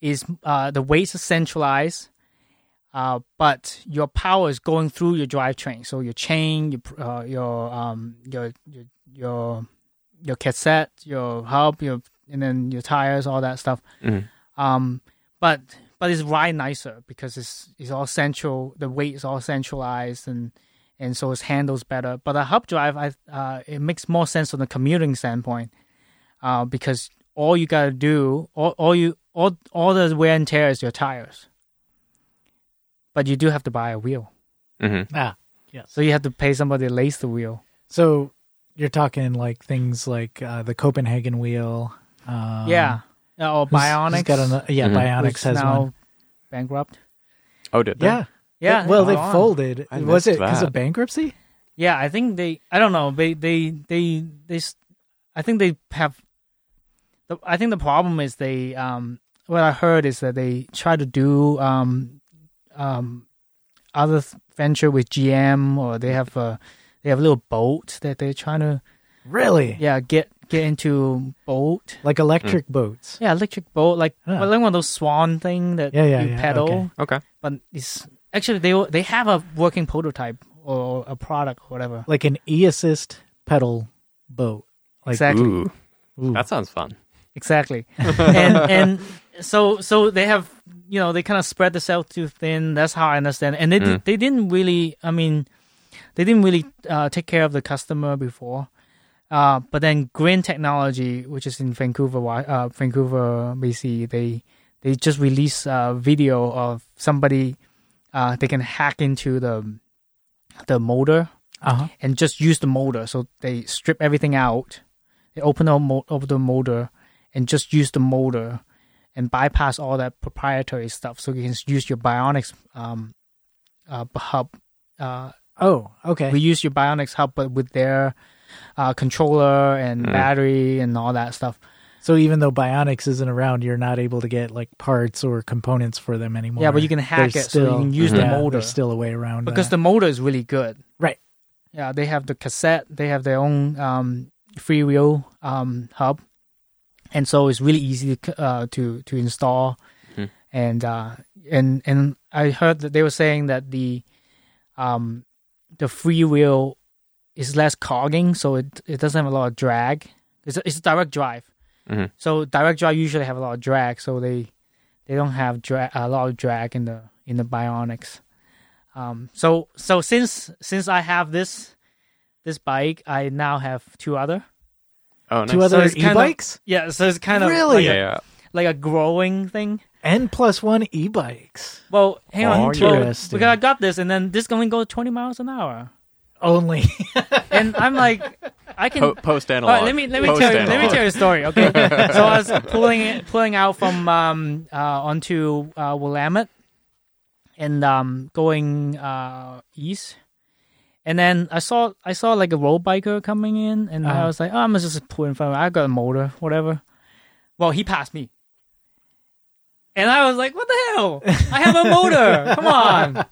S3: is uh, the weights are centralized, uh, but your power is going through your drivetrain. So your chain, your pr- uh, your um your your your your cassette, your hub, your and then your tires, all that stuff.
S2: Mhm.
S3: Um, but but it's ride nicer because it's it's all central. The weight is all centralized and and so it handles better. But a hub drive, I uh, it makes more sense from the commuting standpoint uh, because all you gotta do, all, all you all all the wear and tear is your tires. But you do have to buy a wheel,
S2: hmm
S1: Ah, yes.
S3: so you have to pay somebody to lace the wheel.
S1: So you're talking like things like uh, the Copenhagen wheel. Um,
S3: yeah, Uh, or
S1: who's- who's
S3: Bionics.
S1: got an- yeah,
S2: Mhm.
S1: Bionics
S3: who's
S1: has
S3: now
S1: one.
S3: bankrupt.
S2: Oh, did they?
S1: Yeah.
S3: Yeah.
S1: Well, they
S3: hold on.
S1: folded.
S2: I
S1: Was it
S2: missed
S1: because of
S2: that.
S1: bankruptcy?
S3: Yeah, I think they. I don't know. They. They. They. They. s- I think they have. The, I think the problem is they. Um. What I heard is that they try to do um, um, other th- venture with GM or they have a they have a little boat that they're trying to
S1: Really?
S3: yeah get get into boat.
S1: Like electric
S2: Mm.
S1: boats.
S3: Yeah, electric boat like
S1: Huh.
S3: like one of those swan thing that
S1: Ah. Yeah, yeah,
S3: you
S1: yeah,
S3: pedal
S1: okay.
S2: Okay.
S3: but it's actually they they have a working prototype or a product or whatever.
S1: Like an e assist pedal boat. Like,
S3: exactly,
S2: Ooh,
S1: ooh.
S2: that sounds fun.
S3: exactly. and and so so they have you know they kind of spread themselves too thin. That's how I understand. it. And they did
S2: Mm.
S3: they didn't really. I mean, they didn't really uh, take care of the customer before. Uh, but then Grin Technology, which is in Vancouver, Wa- uh, Vancouver, BC, they they just released a video of somebody uh, they can hack into the the motor
S1: uh-huh.
S3: and just use the motor. So they strip everything out, they open up mo- open the motor, and just use the motor, and bypass all that proprietary stuff. So you can use your bionics um, uh, b- hub. Uh,
S1: Oh, okay.
S3: we use your bionics hub, but with their uh, controller and
S2: Mm.
S3: battery and all that stuff.
S1: so even though Bionics isn't around, you're not able to get like parts or components for them anymore.
S3: Yeah, but you can hack
S1: There's
S3: it, so you can use the
S1: yeah,
S3: motor.
S1: There's still a way around
S3: because
S1: that.
S3: the motor is really good.
S1: Right.
S3: Yeah, they have the cassette. They have their own um, freewheel um, hub, and so it's really easy to c- uh, to to install.
S2: Mhm.
S3: And uh, and and I heard that they were saying that the um, the freewheel is less cogging, so it it doesn't have a lot of drag. It's a, it's a direct drive,
S2: Mhm.
S3: so direct drive usually have a lot of drag, so they they don't have dra- a lot of drag in the in the bionics. Um, so so since since I have this this bike, I now have two other.
S2: Oh, nice. Oh,
S1: Two other
S3: it's kinda-
S1: e-bikes
S3: Yeah, so it's kind of
S1: Really?
S3: like,
S2: yeah,
S3: a,
S2: yeah.
S3: like a growing thing.
S1: and plus one e-bikes
S3: Well, hang on,
S2: Oh,
S3: well,
S1: interesting.
S3: because I got this, and then this can only go twenty miles an hour,
S1: only. [laughs]
S3: and I'm like, I can.
S2: Po- post
S3: all
S2: analog.
S3: right, let me let me tell you let me tell you a story, okay? so I was pulling it, pulling out from um uh onto uh Willamette and um going uh east, and then I saw I saw like a road biker coming in, and I
S1: Uh-huh.
S3: was like, oh, I'm just pull in front. of him. I got a motor, whatever. Well, he passed me. And I was like, "What the hell? I have a motor! Come on!"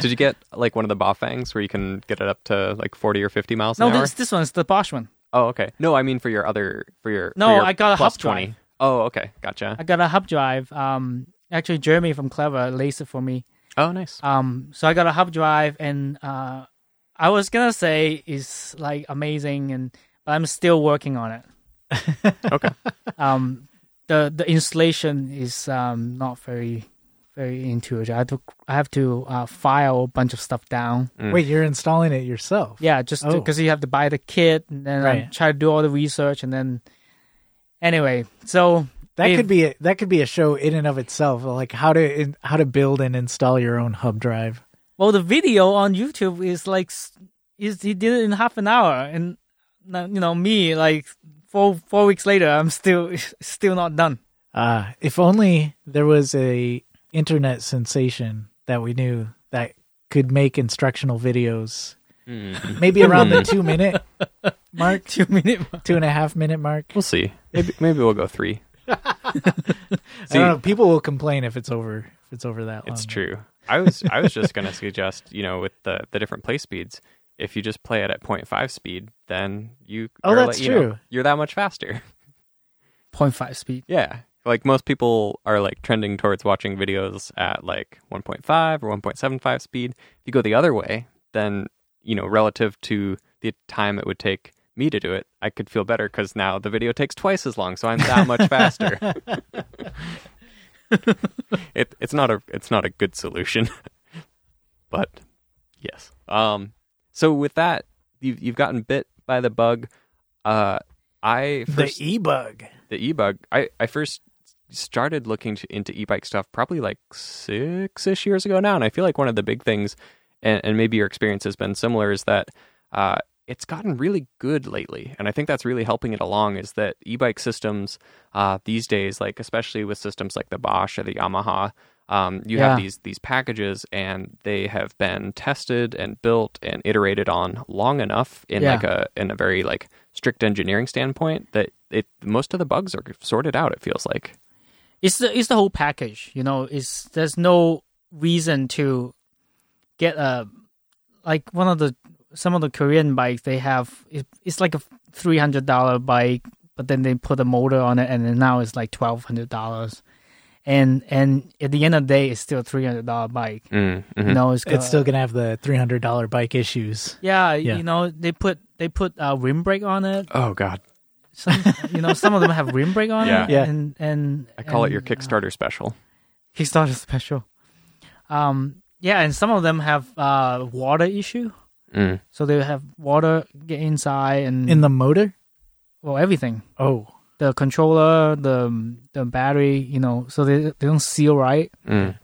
S2: Did you get like one of the Bafangs where you can get it up to like forty or fifty miles
S3: No,
S2: an hour?
S3: this this one's the Bosch one.
S2: Oh, okay. No, I mean for your other for your.
S3: No,
S2: for your
S3: I got a
S2: plus
S3: hub drive.
S2: twenty. Oh, okay, gotcha.
S3: I got a hub drive. Um, actually, Jeremy from Clever laced it for me.
S2: Oh, nice.
S3: Um, so I got a hub drive, and uh, I was gonna say it's like amazing, and but I'm still working on it.
S2: Okay.
S3: Um, the the installation is um not very very intuitive. I have to I have to uh, file a bunch of stuff down.
S2: Mm.
S1: Wait, you're installing it yourself?
S3: Yeah, just
S1: Oh.
S3: because you have to buy the kit, and then I
S1: Right.
S3: try to do all the research, and then anyway, so
S1: that
S3: If-
S1: could be a, that could be a show in and of itself. Like how to in, how to build and install your own hub drive.
S3: Well, the video on YouTube is like, s- is he did it in half an hour, and now, you know me, like four four weeks later, I'm still [laughs] still not done. [laughs]
S1: Uh, if only there was a internet sensation that we knew that could make instructional videos,
S2: Mm.
S1: maybe around the two
S2: [laughs]
S1: minute mark,
S3: Two minute. mark.
S1: two and a half minute mark.
S2: We'll see. Maybe maybe we'll go three.
S1: I don't know. People will complain if it's over
S3: Um,
S1: if it's over that long.
S2: It's true. I was I was just gonna suggest, you know, with the the different play speeds, if you just play it at 0.5 speed, then you
S1: Oh,
S2: or
S1: that's
S2: let- you know,
S1: true.
S2: you're that much faster.
S3: 0.5 speed.
S2: yeah. Like most people are like trending towards watching videos at like 1.5 or 1.75 speed. If you go the other way, then you know, relative to the time it would take me to do it, I could feel better cuz now the video takes twice as long, so I'm that much faster. it it's not a it's not a good solution. [laughs] but yes. Um so with that, you have you've gotten bit by the bug. Uh I first
S1: The e bug.
S2: the e-bug i i first started looking to, into e-bike stuff probably like six-ish years ago now and i feel like one of the big things and, and maybe your experience has been similar is that uh, it's gotten really good lately and i think that's really helping it along is that e-bike systems uh, these days like especially with systems like the bosch or the yamaha um, you have
S3: Yeah.
S2: these these packages and they have been tested and built and iterated on long enough in
S3: Yeah.
S2: like a in a very like strict engineering standpoint that it most of the bugs are sorted out it feels like
S3: It's the it's the whole package, you know. It's there's no reason to get a like one of the some of the Korean bikes they have. It, it's like a three hundred dollar bike, but then they put a motor on it, and then now it's like twelve hundred dollars. And and at the end of the day, it's still a three hundred dollar bike.
S2: mm,
S3: You know, it's,
S1: It's
S3: got-
S1: still gonna have the three hundred dollar bike issues.
S3: yeah,
S1: Yeah.
S3: You know, they put they put uh, rim brake on it.
S2: oh god
S3: Some you know some of them have rim brake on
S2: [laughs] Yeah.
S3: it.
S1: Yeah.
S3: and and
S2: i call it your
S3: and, uh,
S2: kickstarter special
S3: Kickstarter special. Um, yeah, and some of them have uh, water issue,
S2: mm.
S3: so they have water get inside and
S1: In the motor?
S3: well everything,
S1: Mm. Oh.
S3: the controller, the the battery, you know, so they they don't seal right.
S2: Mm.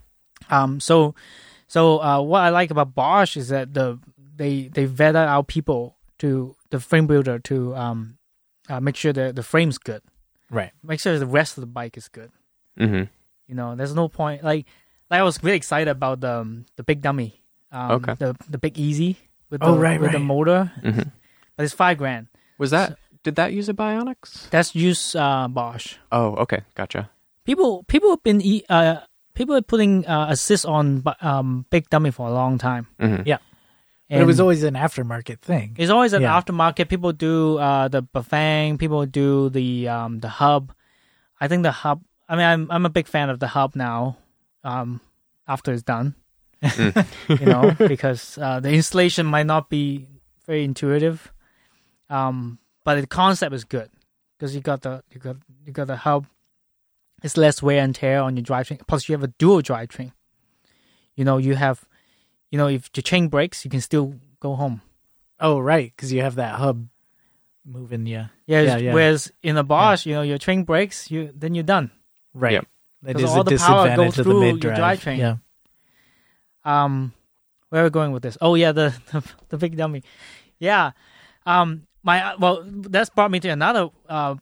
S3: Um, so so uh, what I like about Bosch is that the they they vet out people to the frame builder to um uh, make sure that the frame's good,
S1: Right.
S3: make sure the rest of the bike is good.
S2: hmm
S3: You know, there's no point. Like, like I was really excited about the um, the big dummy. Um,
S2: Okay.
S3: The the big easy with the,
S1: Oh, right,
S3: with the
S1: right.
S3: motor,
S2: hmm
S3: but it's five grand.
S2: was that did that use a bionics
S3: That's use uh, Bosch.
S2: oh okay gotcha
S3: People people have been e- uh people are putting uh, assist on bu- um big dummy for a long time.
S2: hmm
S1: But it was
S3: And
S1: always an aftermarket thing.
S3: it's always an
S1: yeah.
S3: aftermarket. People do uh the buffang. People do the um the hub. I think the hub. I mean, I'm I'm a big fan of the hub now. Um, after it's done. [laughs] you know, because uh, the installation might not be very intuitive, um, but the concept is good because you got the you got you got the hub. It's less wear and tear on your drivetrain. Plus, you have a dual drivetrain. You know, you have, you know, if your chain breaks, you can still go home.
S1: Oh, right, because you have that hub moving you.
S3: Yeah.
S1: Yeah, yeah.
S3: Whereas in a Bosch, you know, your chain breaks, you then you're done.
S1: Right.
S2: Yep.
S1: That
S3: 'Cause
S1: is a
S3: all the power
S1: disadvantage
S3: goes
S1: of
S3: through
S1: the
S3: your
S1: mid drive.
S3: drivetrain.
S1: Yeah.
S3: um where are we going with this oh yeah the [laughs] the, the big dummy yeah um my well that's brought me to another uh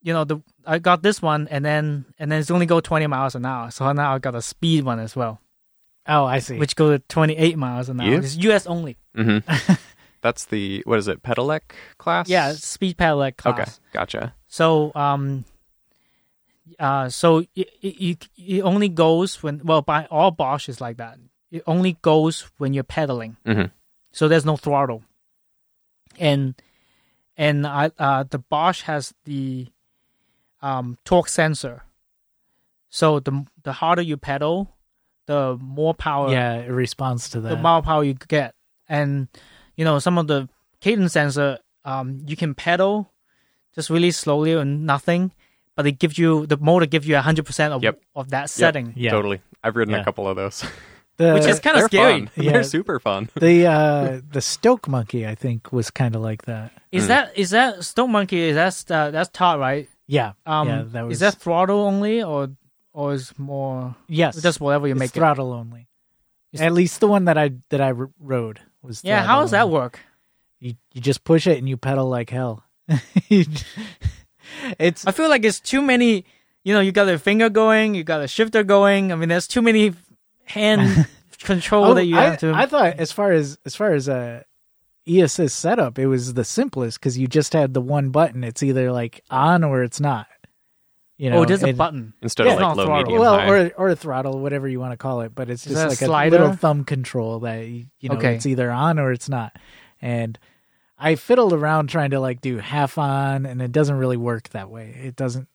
S3: you know the i got this one and then and then it's only go 20 miles an hour so now i got a speed one as well
S1: Oh, I see.
S3: which goes to 28 miles an hour
S2: Yeah.
S3: it's us only
S2: hmm
S3: [laughs]
S2: that's the what is it pedelec class
S3: yeah it's speed pedelec class
S2: okay gotcha
S3: So um, uh, so it, it, it only goes when well, by all Bosch is like that. It only goes when you're pedaling.
S2: Mhm.
S3: So there's no throttle. And and I uh, the Bosch has the um, torque sensor. So the the harder you pedal, the more power
S1: yeah, it responds to that.
S3: the mile power you get. And you know, some of the cadence sensor, um, you can pedal just really slowly and nothing, but it gives you the motor gives you hundred percent of
S2: Yep.
S3: of that setting.
S1: yeah.
S2: totally i've ridden a
S1: Yeah.
S2: couple of those
S1: The,
S3: Which is kind of
S2: they're
S3: scary.
S2: fun. [laughs]
S1: Yeah.
S2: they're super fun
S1: the uh the Stoke monkey I think was kind of like that.
S3: Is that is that Stone Monkey? Is that uh, that's Todd, right?
S1: Yeah.
S3: Um,
S1: yeah, that was
S3: is that throttle only or or is more
S1: Yes.
S3: just whatever you
S1: it's
S3: make it?
S1: throttle only.
S3: It's-
S1: At least the one that I that I r- rode was
S3: Yeah,
S1: throttle
S3: how does that
S1: only.
S3: work?
S1: You you just push it and you pedal like hell. [laughs] You j- it's
S3: I feel like it's too many. You know, you got a finger going, you got a shifter going. I mean, there's too many
S1: [laughs]
S3: hand control
S1: Oh,
S3: that you
S1: I,
S3: have to.
S1: I thought as far as as far as uh ESS setup, it was the simplest because you just had the one button. It's either like on or it's not. You know,
S3: oh, there's a
S1: and-
S3: button.
S2: instead
S3: Yeah,
S2: of like
S3: no,
S2: low,
S3: throttle.
S2: medium,
S1: Well,
S2: high.
S1: or or a throttle, whatever you want to call it, but it's
S3: Is
S1: just
S3: that a
S1: like a,
S3: slider?
S1: little thumb control that y- you know
S3: Okay.
S1: it's either on or it's not. And I fiddled around trying to like do half on, and it doesn't really work that way. It doesn't.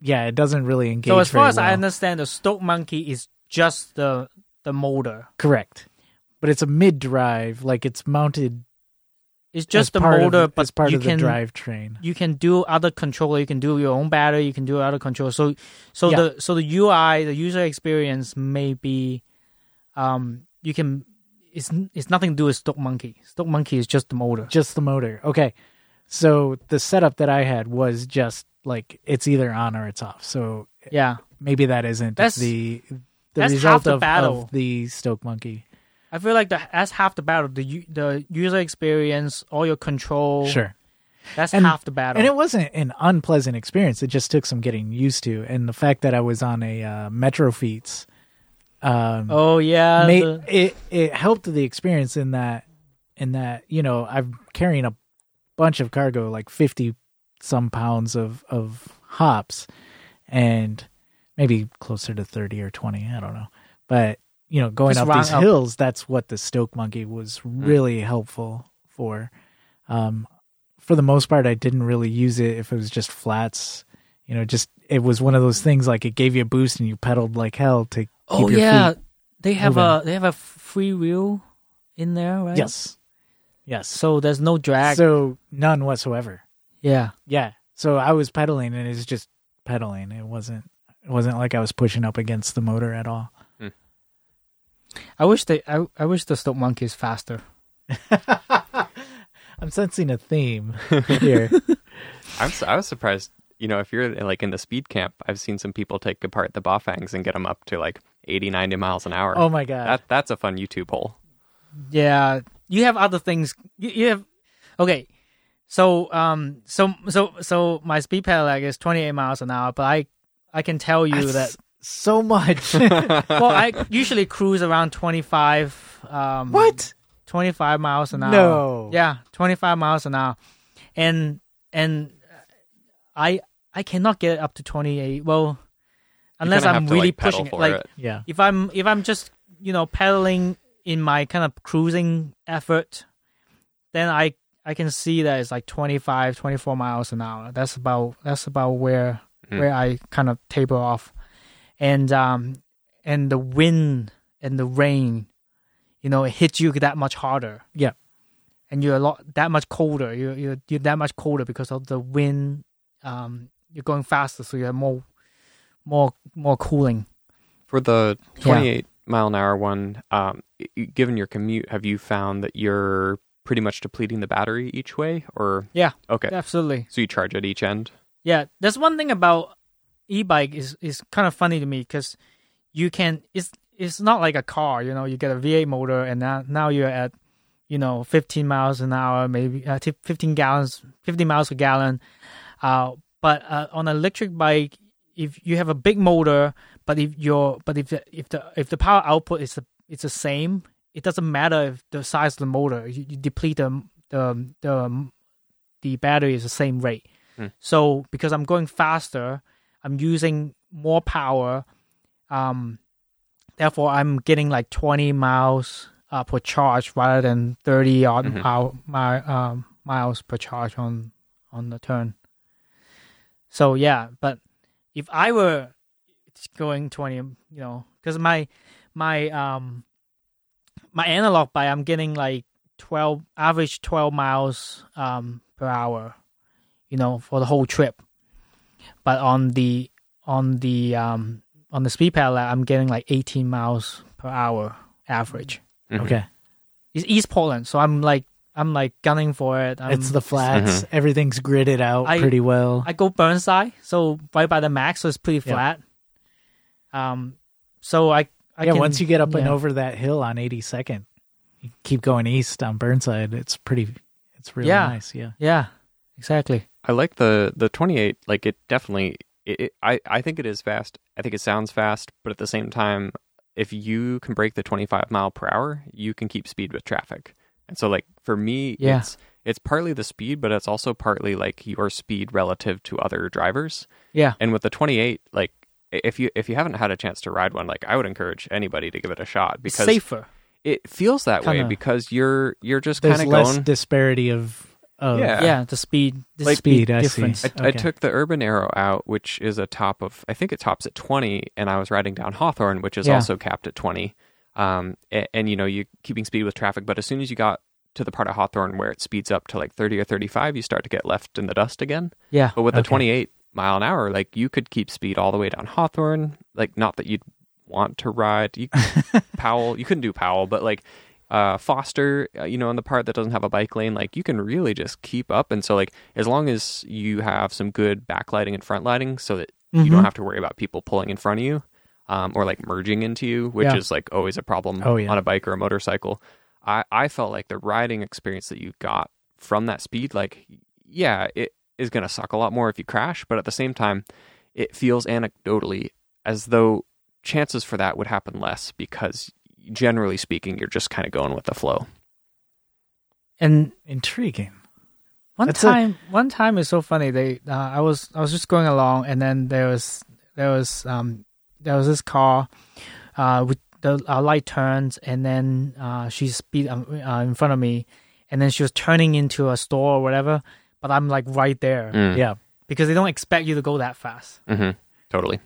S1: Yeah, it doesn't really engage.
S3: So as far
S1: very
S3: as I
S1: well.
S3: understand, the Stoke Monkey is just the the motor.
S1: correct, but it's a mid drive, like it's mounted
S3: It's
S1: as
S3: just the
S1: part of-
S3: motor, but
S1: as part
S3: you
S1: of the
S3: can
S1: drivetrain.
S3: you can do other controller. You can do your own battery. You can do other controller. So so
S1: Yeah.
S3: the so the UI, the user experience, may be, um, you can. It's it's nothing to do with Stoke Monkey. Stoke Monkey is just the motor.
S1: Just the motor. Okay. So the setup that I had was just like it's either on or it's off. So
S3: Yeah,
S1: maybe that isn't
S3: That's-
S1: the the
S3: that's
S1: result
S3: half the
S1: of,
S3: battle.
S1: of the Stoke Monkey.
S3: I feel like the, that's half the battle. The u- the user experience, all your control.
S1: Sure.
S3: that's
S1: And-
S3: half the battle.
S1: And it wasn't an unpleasant experience. It just took some getting used to. And the fact that I was on a uh, Metro Feats um,
S3: oh yeah,
S1: ma-
S3: the-
S1: it it helped the experience in that in that you know I'm carrying a bunch of cargo, like fifty some pounds of of hops, and maybe closer to thirty or twenty. I don't know, but you know, going up
S3: Just
S1: these
S3: round up. Hmm.
S1: hills, that's what the Stoke Monkey was really helpful for. Um, for the most part, I didn't really use it if it was just flats. You know, just it was one of those things like it gave you a boost and you pedaled like hell to keep
S3: oh
S1: your feet
S3: yeah, they have
S1: moving.
S3: a they have a free wheel in there, right?
S1: Yes. Yes.
S3: So there's no drag.
S1: So none whatsoever.
S3: yeah.
S1: Yeah. So I was pedaling and it was just pedaling. It wasn't it wasn't like I was pushing up against the motor at all.
S3: I wish they I, I wish the Stoke Monkey is faster.
S1: I'm sensing a
S3: [laughs]
S1: theme here.
S2: I'm, su- I was surprised. You know, if you're like in the speed camp, I've seen some people take apart the Bofangs and get them up to like 80, 90 miles an hour.
S1: oh my god.
S2: that that's a fun YouTube hole. [laughs]
S3: Yeah. You have other things you, you have okay. So um so so so my speed pedelec is twenty eight miles an hour, but I I can tell you that
S1: That's so
S3: [laughs]
S1: much. [laughs]
S3: well I usually cruise around twenty five um
S1: what?
S3: 25 miles an hour.
S1: No.
S3: Yeah, 25 miles an hour. And and I I cannot get up to 28. Well, unless
S2: kinda
S3: I'm
S2: have to,
S3: really
S2: like, pedal
S3: pushing it.
S2: for
S3: Like
S2: it.
S1: Yeah.
S3: if I'm if I'm just, you know, pedaling in my kind of cruising effort, then I I can see that it's like 25, 24 miles an hour. That's about that's about where
S2: Mhm.
S3: where I kind of taper off. And um and the wind and the rain, you know, it hits you that much harder.
S1: Yeah.
S3: And you're a lot that much colder. You you you're that much colder because of the wind. Um, you're going faster, so you have more, more, more cooling.
S2: For the
S3: Yeah.
S2: 28 mile an hour one, um, y- y- given your commute, have you found that you're pretty much depleting the battery each way? Or
S3: Yeah.
S2: okay,
S3: Absolutely.
S2: so you charge at each end.
S3: Yeah, that's one thing about e-bike is is kind of funny to me because you can it's it's not like a car, you know. You get a V8 motor, and now now you're at you know 15 miles an hour, maybe uh, t- 15 gallons, 50 miles per gallon. Uh, but uh, on an electric bike, if you have a big motor, but if your but if the, if the if the power output is the, it's the same, it doesn't matter if the size of the motor. You, you deplete the the the the battery is the same rate. So because I'm going faster, I'm using more power. Um, therefore, I'm getting like 20 miles uh, per charge rather than 30 odd
S2: Mhm.
S3: mile, mi- um, miles per charge on on the turn. So yeah, but if I were going 20, you know, because my my um my analog bike, I'm getting like 12 average 12 miles um per hour you know, for the whole trip. But on the on the um on the speed pedal, I'm getting like 18 miles per hour average.
S2: Mhm.
S1: Okay.
S3: It's East Portland, so I'm like I'm like gunning for it. I'm,
S1: it's the flats. Everything's gridded out
S3: Um, mm-hmm. I-
S1: pretty well.
S3: I go Burnside, so right by the max, so it's pretty
S1: Yeah.
S3: flat. Um, so I I
S1: yeah,
S3: can,
S1: once you get up and
S3: yeah.
S1: over that hill on 82nd, you keep going east on Burnside. It's pretty it's really
S3: Yeah.
S1: nice, yeah.
S3: yeah, exactly.
S2: I like the the 28. Like it definitely. It, it, I I think it is fast. I think it sounds fast, but at the same time, if you can break the 25 mile per hour, you can keep speed with traffic. And so, like for me,
S3: Yeah.
S2: it's it's partly the speed, but it's also partly like your speed relative to other drivers.
S3: Yeah.
S2: And with the 28, like i- if you if you haven't had a chance to ride one, like I would encourage anybody to give it a shot
S3: It's
S2: because
S3: safer.
S2: it feels that
S1: Kinda.
S2: way because you're you're just
S1: There's
S2: kind of
S1: less
S2: going.
S1: disparity of, of
S2: Yeah.
S3: Yeah. the speed. The
S1: Like-
S3: speed,
S1: Speed, I see.
S3: difference.
S2: I, I
S1: Okay.
S2: took the Urban Arrow out, which is a top of I think it tops at twenty, and I was riding down Hawthorne, which is
S3: Yeah.
S2: also capped at twenty. Um, a- and, you know you keeping speed with traffic, but as soon as you got to the part of Hawthorne where it speeds up to like thirty or thirty-five, you start to get left in the dust again.
S3: Yeah.
S2: But with the
S1: Okay.
S2: twenty-eight mile an hour, like you could keep speed all the way down Hawthorne. Like not that you'd want to ride you, Powell. You couldn't do Powell, but like. Uh, Foster, uh, you know, in the part that doesn't have a bike lane, like you can really just keep up. And so, like, as long as you have some good backlighting and front lighting so that you
S1: Mm-hmm.
S2: don't have to worry about people pulling in front of you um, or like merging into you, which
S3: Yeah.
S2: is like always a problem
S1: Oh, yeah.
S2: on a bike or a motorcycle. I, I felt like the riding experience that you got from that speed, like, yeah, it is going to suck a lot more if you crash. But at the same time, it feels anecdotally as though chances for that would happen less because generally speaking, you're just kind of going with the flow.
S3: And
S1: Intriguing.
S3: one
S1: That's a-
S3: time, one time is so funny. They, uh, I was, I was just going along, and then there was, there was, um, there was this car, uh, with the uh, light turns, and then uh, she speed um, uh, in front of me, and then she was turning into a store or whatever. But I'm like right there
S2: Mm. Hmm.
S1: Yeah.
S3: because they don't expect you to go that fast.
S2: Mm-hmm. Totally.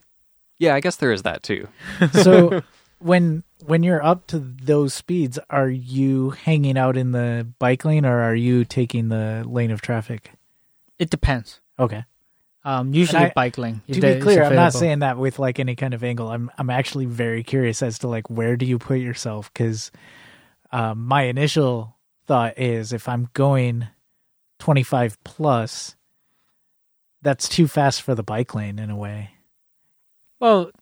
S2: Yeah, I guess there is that too.
S1: So when when you're up to those speeds, are you hanging out in the bike lane or are you taking the lane of traffic?
S3: It depends.
S1: Okay.
S3: Um, usually
S1: I-
S3: bike lane. if
S1: To
S3: there
S1: be
S3: is
S1: clear, I'm not
S3: available.
S1: saying that with like any kind of angle. I'm I'm actually very curious as to like where do you put yourself because um, my initial thought is if I'm going 25 plus, that's too fast for the bike lane in a way.
S3: Well,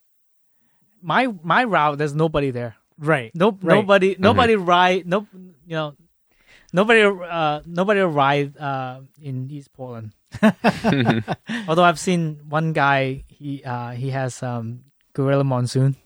S3: my my route, there's nobody there.
S1: Right.
S3: No,
S1: Right.
S3: nobody, nobody ride. No, you know, nobody, uh, nobody ride uh, in East Portland. [laughs] Although I've seen one guy, he uh, he has um, Gorilla Monsoon.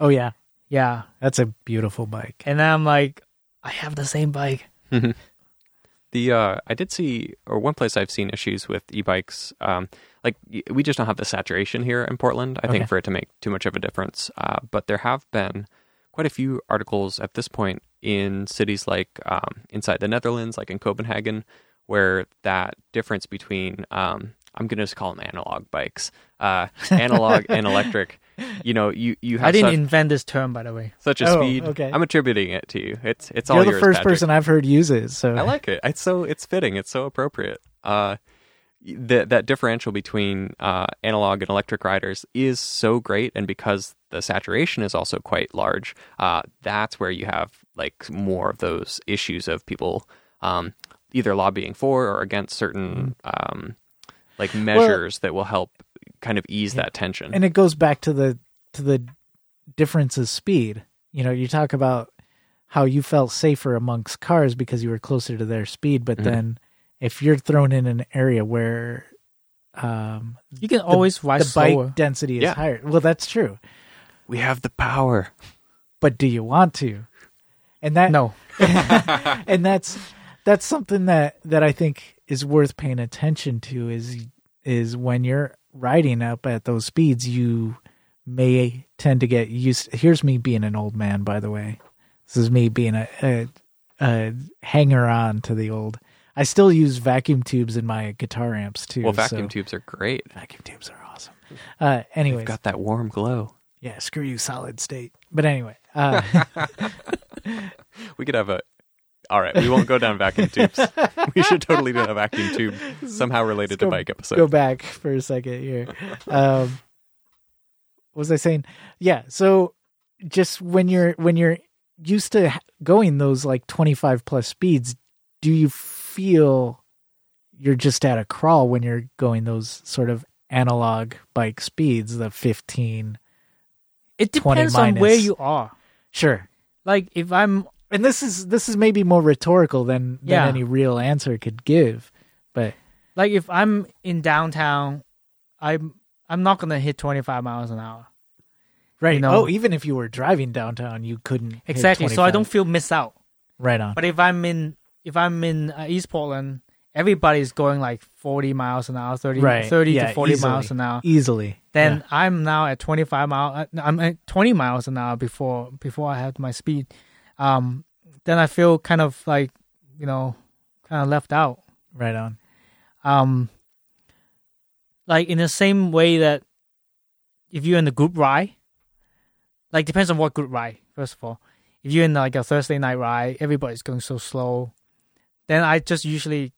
S1: Oh yeah,
S3: Yeah,
S1: that's a beautiful bike.
S3: and I'm like, I have the same bike.
S2: The uh, I did see, or one place I've seen issues with e-bikes. Um, like y- we just don't have the saturation here in Portland. I
S1: Okay.
S2: think for it to make too much of a difference. Uh, but there have been quite a few articles at this point in cities like um, inside the Netherlands, like in Copenhagen, where that difference between um, I'm going to just call them analog bikes,
S1: [laughs]
S2: uh, analog and electric. You know, you you have
S3: I didn't
S2: such,
S3: invent this term, by the way.
S2: such a
S1: Oh,
S2: speed.
S1: okay.
S2: I'm attributing it to you. It's it's all
S1: You're the
S2: yours,
S1: first
S2: Patrick.
S1: person I've heard use it, so
S2: I like it. It's so it's fitting. It's so appropriate. Uh, that that differential between uh, analog and electric riders is so great, and because the saturation is also quite large, uh, that's where you have like more of those issues of people um, either lobbying for or against certain
S1: Mm-hmm.
S2: um, like measures that will help kind of ease that tension.
S1: and it goes back to the to the difference of speed. You know, you talk about how you felt safer amongst cars because you were closer to their speed, but
S2: Mhm.
S1: then if you're thrown in an area where um,
S3: You can always ride
S1: the
S3: slower.
S1: bike density is
S2: Yeah.
S1: higher, well, that's true.
S2: we have the power.
S1: But do you want to? And that
S3: no,
S1: and that's that's something that that I think is worth paying attention to is is when you're riding up at those speeds you may tend to get used here's me being an old man by the way this is me being a, a, a hanger on to the old I still use vacuum tubes in my guitar amps too
S2: Well, vacuum
S1: so-
S2: tubes are great.
S1: vacuum tubes are awesome uh anyways
S2: They've got that warm glow.
S1: yeah screw you solid state but anyway uh
S2: [laughs] We could have a. All right, we won't go down vacuum [laughs] tubes. We should totally do a vacuum tube somehow related to
S1: go-
S2: bike episode.
S1: go back for a second here. Um, what was I saying? Yeah. So just when you're when you're used to h- going those like 25 plus speeds, do you feel you're just at a crawl when you're going those sort of analog bike speeds, the 15?
S3: it
S1: 20
S3: depends on where
S1: minus.
S3: you are.
S1: Sure.
S3: Like if I'm
S1: And this is this is maybe more rhetorical than than
S3: Yeah.
S1: any real answer could give, but
S3: like if I'm in downtown, I'm I'm not gonna hit 25 miles an hour.
S1: right.
S3: You know.
S1: oh, even if you were driving downtown, you couldn't hit
S3: Exactly. So I
S1: 25.
S3: don't feel miss out.
S1: right on.
S3: But if I'm in if I'm in uh, East Portland, everybody's going like 40 miles an hour, 30,
S1: Right.
S3: 30
S1: Yeah,
S3: to 40
S1: easily. E-,
S3: miles an hour.
S1: easily.
S3: Then I'm now at 25 mile. uh, I'm at 20 miles an hour before before I had my speed. Um, then I feel kind of like you know, kind of left out.
S1: Yeah, right on.
S3: Um, like in the same way that if you're in the group ride, like depends on what group ride. First of all, if you're in like a Thursday night ride, everybody's going so slow. Then I just usually,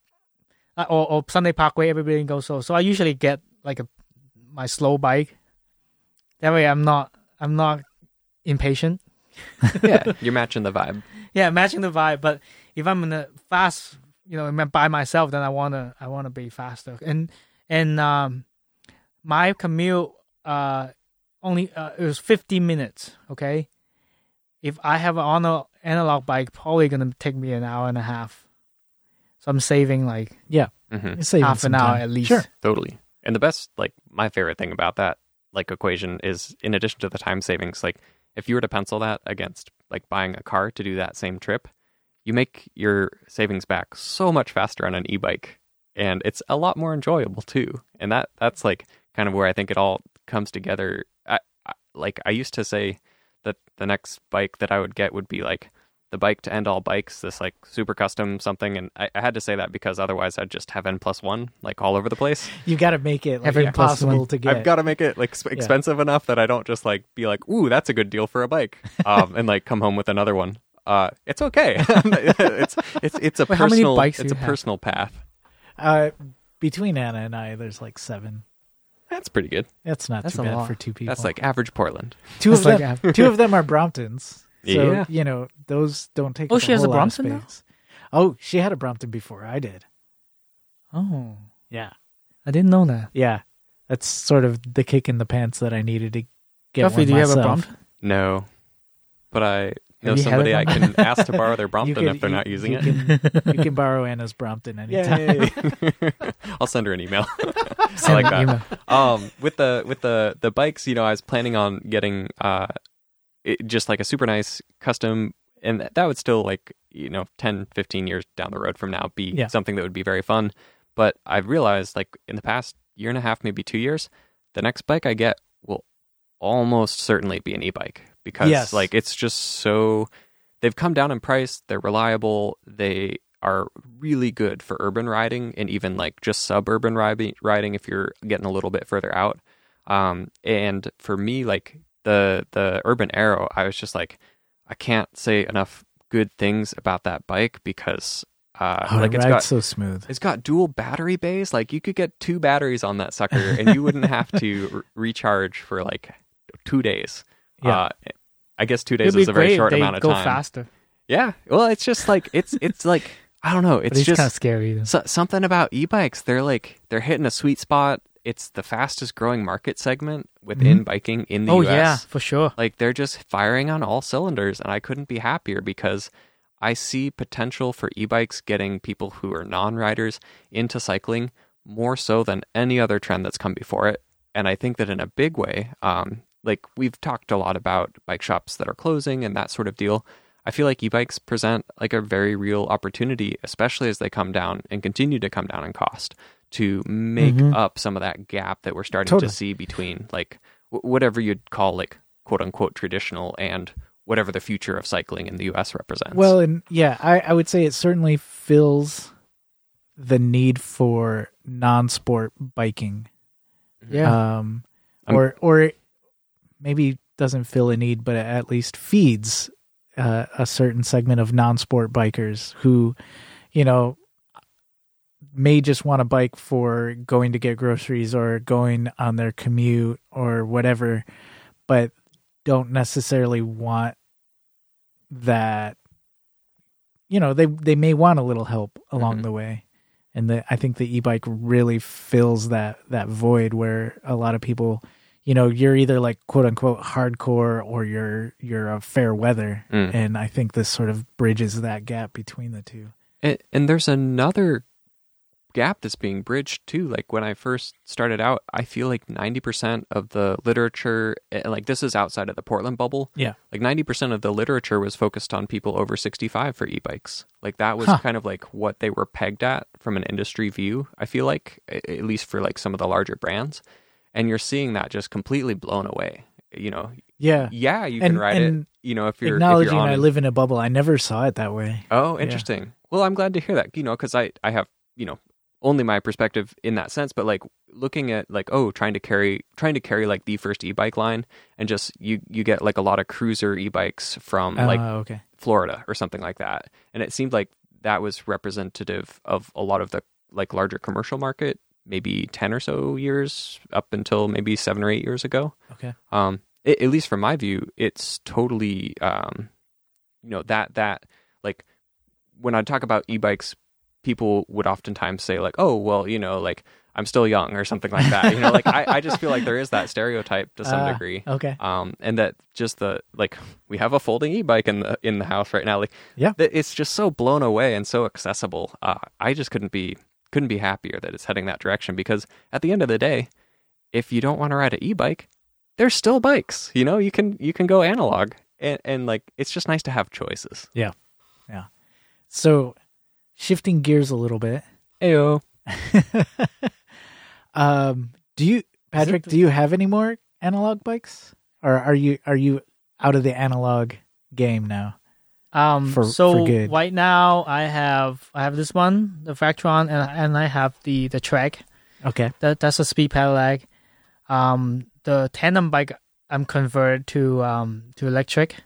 S3: uh, or or Sunday Parkway, everybody goes slow. So I usually get like a my slow bike. That way, I'm not I'm not impatient.
S2: yeah, [laughs] you're matching the vibe.
S3: Yeah, matching the vibe. But if I'm in a fast, you know, if I'm by myself, then I wanna I wanna be faster. And and um, my commute uh only uh, it was 50 minutes. Okay, if I have an ana- analog bike, probably gonna take me an hour and a half. So I'm saving like
S2: hmm
S1: It's saving
S3: half
S1: some
S3: an hour
S1: time.
S3: at least.
S1: Sure.
S2: Totally. And the best, like my favorite thing about that like equation is, in addition to the time savings, like if you were to pencil that against like buying a car to do that same trip, you make your savings back so much faster on an e-bike, and it's a lot more enjoyable too. And that that's like kind of where I think it all comes together. I, I like I used to say that the next bike that I would get would be like the bike to end all bikes, this like super custom something, and I, I had to say that because otherwise I'd just have n plus one like all over the place.
S1: You got to make it like,
S3: Every plus
S1: impossible
S3: one.
S1: to get.
S2: I've got to make it like s expensive enough that I don't just like be like, "Ooh, that's a good deal for a bike," um, and like come home with another one. Uh, it's okay. [laughs] it's it's it's a
S3: Wait, how many
S2: personal
S3: bikes do
S2: it's a
S3: you have?
S2: personal path.
S1: uh, between Anna and I, there's like seven.
S2: That's pretty good.
S1: That's not
S3: That's
S1: too
S3: a
S1: bad
S3: lot.
S1: for two people.
S2: That's like average Portland.
S1: two of
S3: That's
S1: them.
S3: like
S1: two of them are Bromptons. So
S2: [laughs] Yeah.
S1: you know those don't take.
S3: Oh,
S1: up
S3: she has
S1: whole lot
S3: a
S1: of
S3: Brompton now?
S1: space. Oh, she had a Brompton before I did.
S3: Oh,
S1: Yeah,
S3: I didn't know that.
S1: yeah. That's sort of the kick in the pants that I needed to get.
S3: Jeffrey,
S1: one
S3: do you have a
S1: myself.
S3: Brompton?
S2: No, but I know
S3: Have you had
S2: somebody
S3: it
S2: I
S3: [laughs]
S2: can ask to borrow their
S1: You
S2: Brompton
S1: could-
S2: if they're
S1: you-
S2: not using
S1: you
S2: it.
S1: Can, you can borrow Anna's Brompton anytime.
S2: [laughs]
S3: [laughs]
S2: I'll send her an email. I
S3: Send
S2: like
S3: [laughs] an
S2: that.
S3: email.
S2: um with the with the the bikes you know i was planning on getting uh it, just like a super nice custom and that, that would still like you know 10 15 years down the road from now be
S1: Yeah.
S2: something that would be very fun but i've realized like in the past year and a half maybe two years the next bike i get will almost certainly be an e-bike because
S1: Yes.
S2: like it's just so they've come down in price they're reliable they are really good for urban riding and even like just suburban ri- riding if you're getting a little bit further out um and for me like the the urban arrow i was just like i can't say enough good things about that bike because uh
S1: [laughs] Oh,
S2: like
S1: it
S2: it's
S1: rides
S2: got
S1: so smooth.
S2: it's got dual battery bays. Like you could get two batteries on that sucker, and you wouldn't have
S3: [laughs]
S2: to re- recharge for like two days.
S1: Yeah.
S2: Uh, I guess two days
S3: It'd be
S2: is a very
S3: great
S2: short
S3: if they
S2: amount of
S3: go
S2: time.
S3: faster.
S2: Yeah. Well, it's just like it's it's like I don't know.
S3: But
S2: It's
S3: it's
S2: just
S3: kind of scary.
S2: so, something about e-bikes. They're like they're hitting a sweet spot. It's the fastest growing market segment within biking in the
S3: Oh
S2: U.S.
S3: yeah, for sure.
S2: Like they're just firing on all cylinders, and I couldn't be happier because I see potential for e bikes getting people who are non riders into cycling more so than any other trend that's come before it. And I think that in a big way, um, like we've talked a lot about bike shops that are closing and that sort of deal. I feel like e bikes present like a very real opportunity, especially as they come down and continue to come down in cost to make up some of that gap that we're starting
S1: Totally.
S2: to see between like w- whatever you'd call like quote unquote traditional and whatever the future of cycling in the US represents.
S1: Well, and yeah, I, I would say it certainly fills the need for non-sport biking.
S3: Yeah.
S1: Um,
S2: I'm-
S1: or or it maybe doesn't fill a need, but at least feeds uh, a certain segment of non-sport bikers who, you know, may just want a bike for going to get groceries or going on their commute or whatever, but don't necessarily want that. You know, they they may want a little help along
S2: Mhm.
S1: the way and the, I think the e-bike really fills that that void where a lot of people, you know, you're either like quote unquote hardcore or you're you're a fair weather,
S2: Mm.
S1: and I think this sort of bridges that gap between the two.
S2: and, and there's another gap that's being bridged too. Like when I first started out, I feel like 90% of the literature, and like this is outside of the Portland bubble,
S1: Yeah.
S2: like 90% of the literature was focused on people over 65 for e-bikes like that was
S1: Huh.
S2: kind of like what they were pegged at from an industry view i feel like a- at least for like some of the larger brands and you're seeing that just completely blown away you know
S1: Yeah.
S2: yeah you
S1: And-
S2: can ride
S1: and
S2: it you know if you're, if
S1: Acknowledging
S2: you're on
S1: I
S2: an-
S1: live in a bubble. I never saw it that way.
S2: Oh, interesting. Well, I'm glad to hear that. You know, because I I have you know only my perspective in that sense, but like looking at like oh, trying to carry trying to carry like the first e-bike line, and just you you get like a lot of cruiser e-bikes from Mm, like
S1: oh, okay.
S2: Florida or something like that, and it seemed like that was representative of a lot of the like larger commercial market, maybe ten or so years up until maybe seven or eight years ago
S1: Okay.
S2: um, it, at least from my view, it's totally, um, you know, that that like when I talk about e-bikes, people would oftentimes say like, oh, well, you know, like I'm still young or something like that. You know, like I, I just feel like there is that stereotype to some
S1: Ah,
S2: degree.
S1: Okay.
S2: Um, and that just the like we have a folding e-bike in the in the house right now. Like,
S1: Yeah.
S2: that it's just so blown away and so accessible. Uh, I just couldn't be couldn't be happier that it's heading that direction because at the end of the day, if you don't want to ride an e-bike, there's still bikes. You know, you can you can go analog and and like it's just nice to have choices.
S1: So, shifting gears a little bit.
S2: Ayo.
S1: [laughs] um, do you, Patrick?
S3: the-
S1: Do you have any more analog bikes, or are you are you out of the analog game now?
S3: Um,
S1: For- for
S3: so
S1: good.
S3: right now I have I have this one, the Vectron, and and I have the the track.
S1: Okay.
S3: That that's a speed pedelec. Um, the tandem bike I'm converted to um to electric,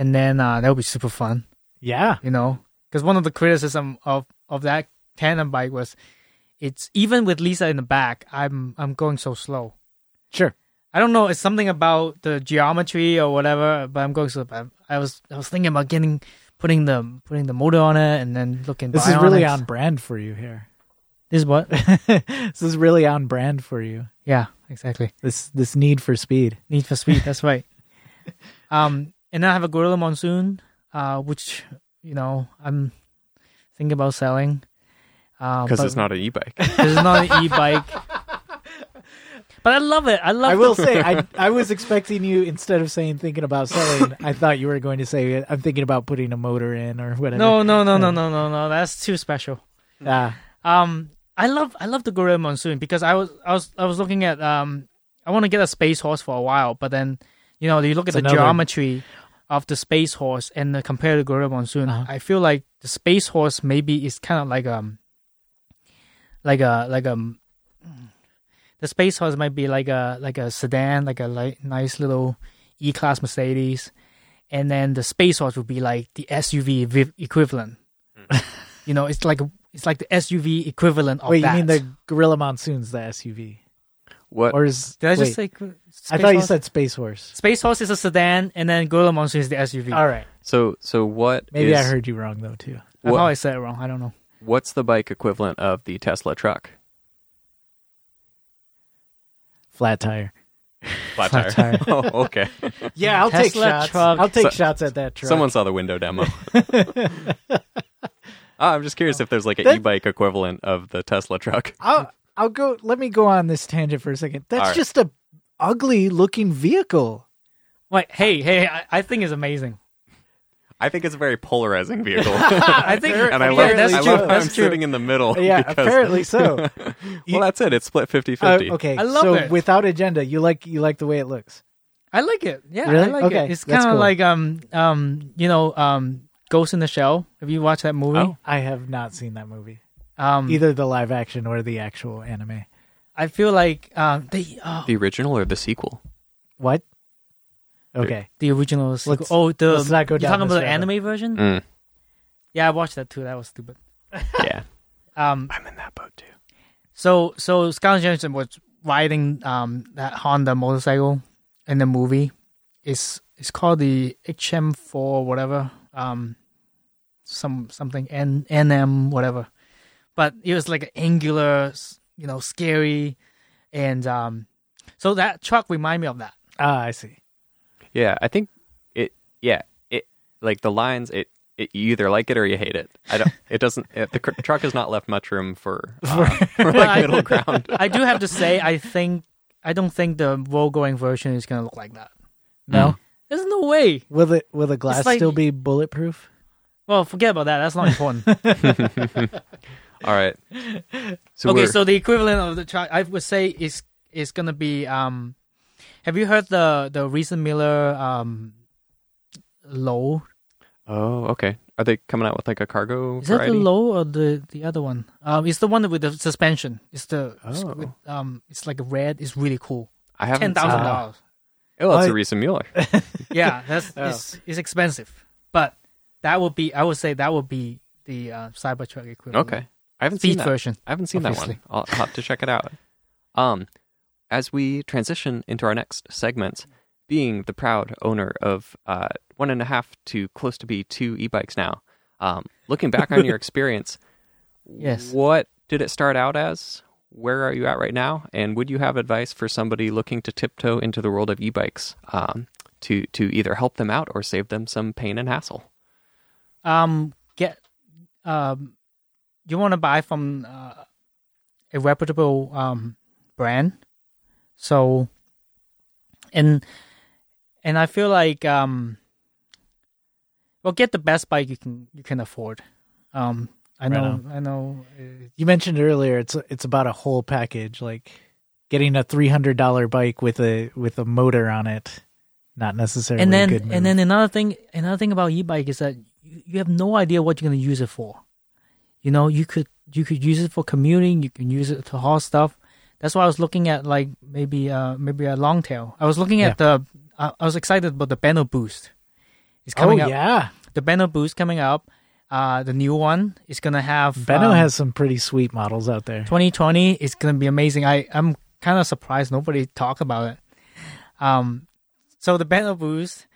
S3: and then uh, that'll be super fun,
S1: Yeah.
S3: you know. Because one of the criticism of of that tandem bike was, it's even with Lisa in the back, I'm I'm going so slow.
S1: Sure.
S3: I don't know. It's something about the geometry or whatever. But I'm going to. I, I was I was thinking about getting putting the putting the motor on it and then looking.
S1: This is really
S3: bionics.
S1: on brand for you here. [laughs]
S3: This is what?
S1: this is really on brand for you.
S3: yeah, exactly.
S1: This this need for speed.
S3: Need for Speed.
S1: [laughs]
S3: That's right. um, and then I have a Gorilla Monsoon, uh, which you know I'm thinking about selling.
S1: Um,
S3: uh,
S2: Because it's not an
S1: [laughs]
S2: e-bike.
S3: Because it's not an e-bike. But I love it. I love.
S1: I will say I I was expecting you instead of saying thinking about selling, I thought you were going to say I'm thinking about putting a motor in or whatever.
S3: No, no, no, no, no, no, no. That's too special.
S1: Ah,
S3: Um, I love I love the Gorilla Monsoon because I was I was I was looking at um I want to get a space horse for a while, but then you know you look at
S1: It's
S3: the
S1: another-
S3: geometry of the space horse and the, compare to Gorilla Monsoon,
S1: Uh-huh.
S3: I feel like the space horse maybe is kind of like um like a like um the space horse might be like a like a sedan, like a li- nice little E class Mercedes, and then the space horse would be like the SUV vi- equivalent. you know, it's like it's like the SUV equivalent of
S1: Mm. wait,
S3: that.
S1: you mean the Gorilla Monsoon's the SUV,
S2: What?
S1: or is
S3: Did I
S1: wait,
S3: just say? qu-
S1: I
S3: space
S1: thought you
S3: horse?
S1: said Space Horse.
S3: space horse is a sedan, and then Gorilla Monsoon is the SUV.
S1: All right,
S2: So so what?
S1: maybe I
S2: is-
S1: heard you wrong though too.
S3: I
S2: what-
S3: probably said it wrong. I don't know.
S2: What's the bike equivalent of the Tesla truck?
S1: Flat tire.
S2: Flat
S1: Flat tire.
S2: [laughs] oh,
S1: [laughs]
S2: okay.
S1: Yeah, I'll take
S3: Tesla
S1: shots.
S3: truck.
S1: I'll take
S2: So-
S1: shots at that truck.
S2: Someone saw the window demo. Ah, I'm just curious if there's like an
S1: That-
S2: e-bike equivalent of the Tesla truck.
S1: [laughs] I'll I'll go. Let me go on this tangent for a second. That's
S2: All right.
S1: just a ugly looking vehicle.
S3: Wait, hey, hey, I, I think it's amazing.
S2: I think it's a very polarizing [laughs] vehicle,
S3: [laughs] I
S1: [laughs]
S3: think,
S2: and I
S3: yeah,
S2: love,
S3: that's
S2: I
S3: true.
S2: love how I'm
S3: that's true.
S2: sitting in the middle.
S1: Yeah,
S2: [laughs] because-
S1: apparently
S2: [laughs]
S1: so.
S2: well, that's it. It's split 50-50.
S1: Uh, okay,
S3: I love
S1: so
S3: it.
S1: without agenda, you like you like the way it looks.
S3: I like it. Yeah, I
S1: Really?
S3: like
S1: Okay,
S3: it. It's
S1: that's
S3: kind of
S1: cool.
S3: like um um you know um Ghost in the Shell. Have you watched that movie?
S1: I have not seen that movie,
S3: Um,
S1: Oh. either the live action or the actual anime.
S3: I feel like um they uh,
S2: The original or the sequel?
S1: What? Okay,
S3: the original was like
S1: Let's-
S3: oh the
S1: let's not go
S3: you're
S1: down
S3: talking
S1: this
S3: about the
S1: rabbit.
S3: anime version.
S2: Mm.
S3: Yeah, I watched that too. That was stupid.
S2: [laughs] yeah,
S3: Um,
S2: I'm in that boat too.
S3: so so Scarlett Johansson was riding um that Honda motorcycle in the movie. It's it's called the HM4 whatever um some something N NM whatever, but it was like an angular s- you know scary, and um so that truck remind me of that.
S1: ah, I see.
S2: Yeah, I think it. Yeah, it like the lines. It it, you either like it or you hate it. I [laughs] don't. It doesn't. It, the cr- truck has not left much room for, um, for like middle ground.
S3: I do have to say, I think I don't think the road going version is gonna look like that.
S2: Hmm.
S1: No,
S3: There's no way.
S1: will it? Will the glass
S3: like-
S1: still be bulletproof?
S3: Well, forget about that. That's
S2: [laughs]
S3: not important.
S2: All right. So
S3: okay,
S2: we're,
S3: so the equivalent of the truck, I would say, is is gonna be. Um, have you heard the the recent Miller um, low?
S2: oh okay. Are they coming out with like a cargo
S3: Is that
S2: variety?
S3: the low or the the other one? Um, it's the one with the suspension. It's the
S2: Oh.
S3: with, um, it's like red. It's really cool.
S2: I haven't.
S3: Ten
S2: seen
S3: thousand
S2: that.
S3: dollars.
S2: Oh, that's a
S1: I-
S2: recent
S3: [laughs]
S2: Mueller.
S3: yeah, that's
S1: Oh.
S3: it's, it's expensive, but that would be I would say that would be the uh, Cybertruck equivalent.
S2: Okay. I haven't seen
S3: speed
S2: that.
S3: version.
S2: I haven't seen
S3: Obviously.
S2: that one. I'll I'll have to check it out. Um, as we transition into our next segment, being the proud owner of uh, one and a half to close to be two e-bikes now, um, looking back on
S3: [laughs]
S2: your experience,
S3: Yes.
S2: what did it start out as? Where are you at right now? And would you have advice for somebody looking to tiptoe into the world of e-bikes um, to to either help them out or save them some pain and hassle?
S3: Um, get um, you want to buy from uh, a reputable um brand, so and and I feel like um, well, get the best bike you can you can afford. Um, I
S1: Right
S3: know, I know. uh,
S1: You mentioned earlier it's it's about a whole package, like getting a three hundred dollar bike with a with a motor on it. Not necessarily
S3: and then
S1: a good move.
S3: and then another thing another thing about e-bike is that you, you have no idea what you're going to use it for you know you could you could use it for commuting you can use it to haul stuff that's why i was looking at like maybe uh maybe a long tail i was looking at the I, I was excited about the Beno boost it's
S1: oh
S3: coming up
S1: yeah,
S3: the Beno boost coming up uh the new one is going to have
S1: Benno
S3: um,
S1: has some pretty sweet models out there.
S3: 2020 is going to be amazing. I I'm kind of surprised nobody talked about it. Um, so the Banner Boost,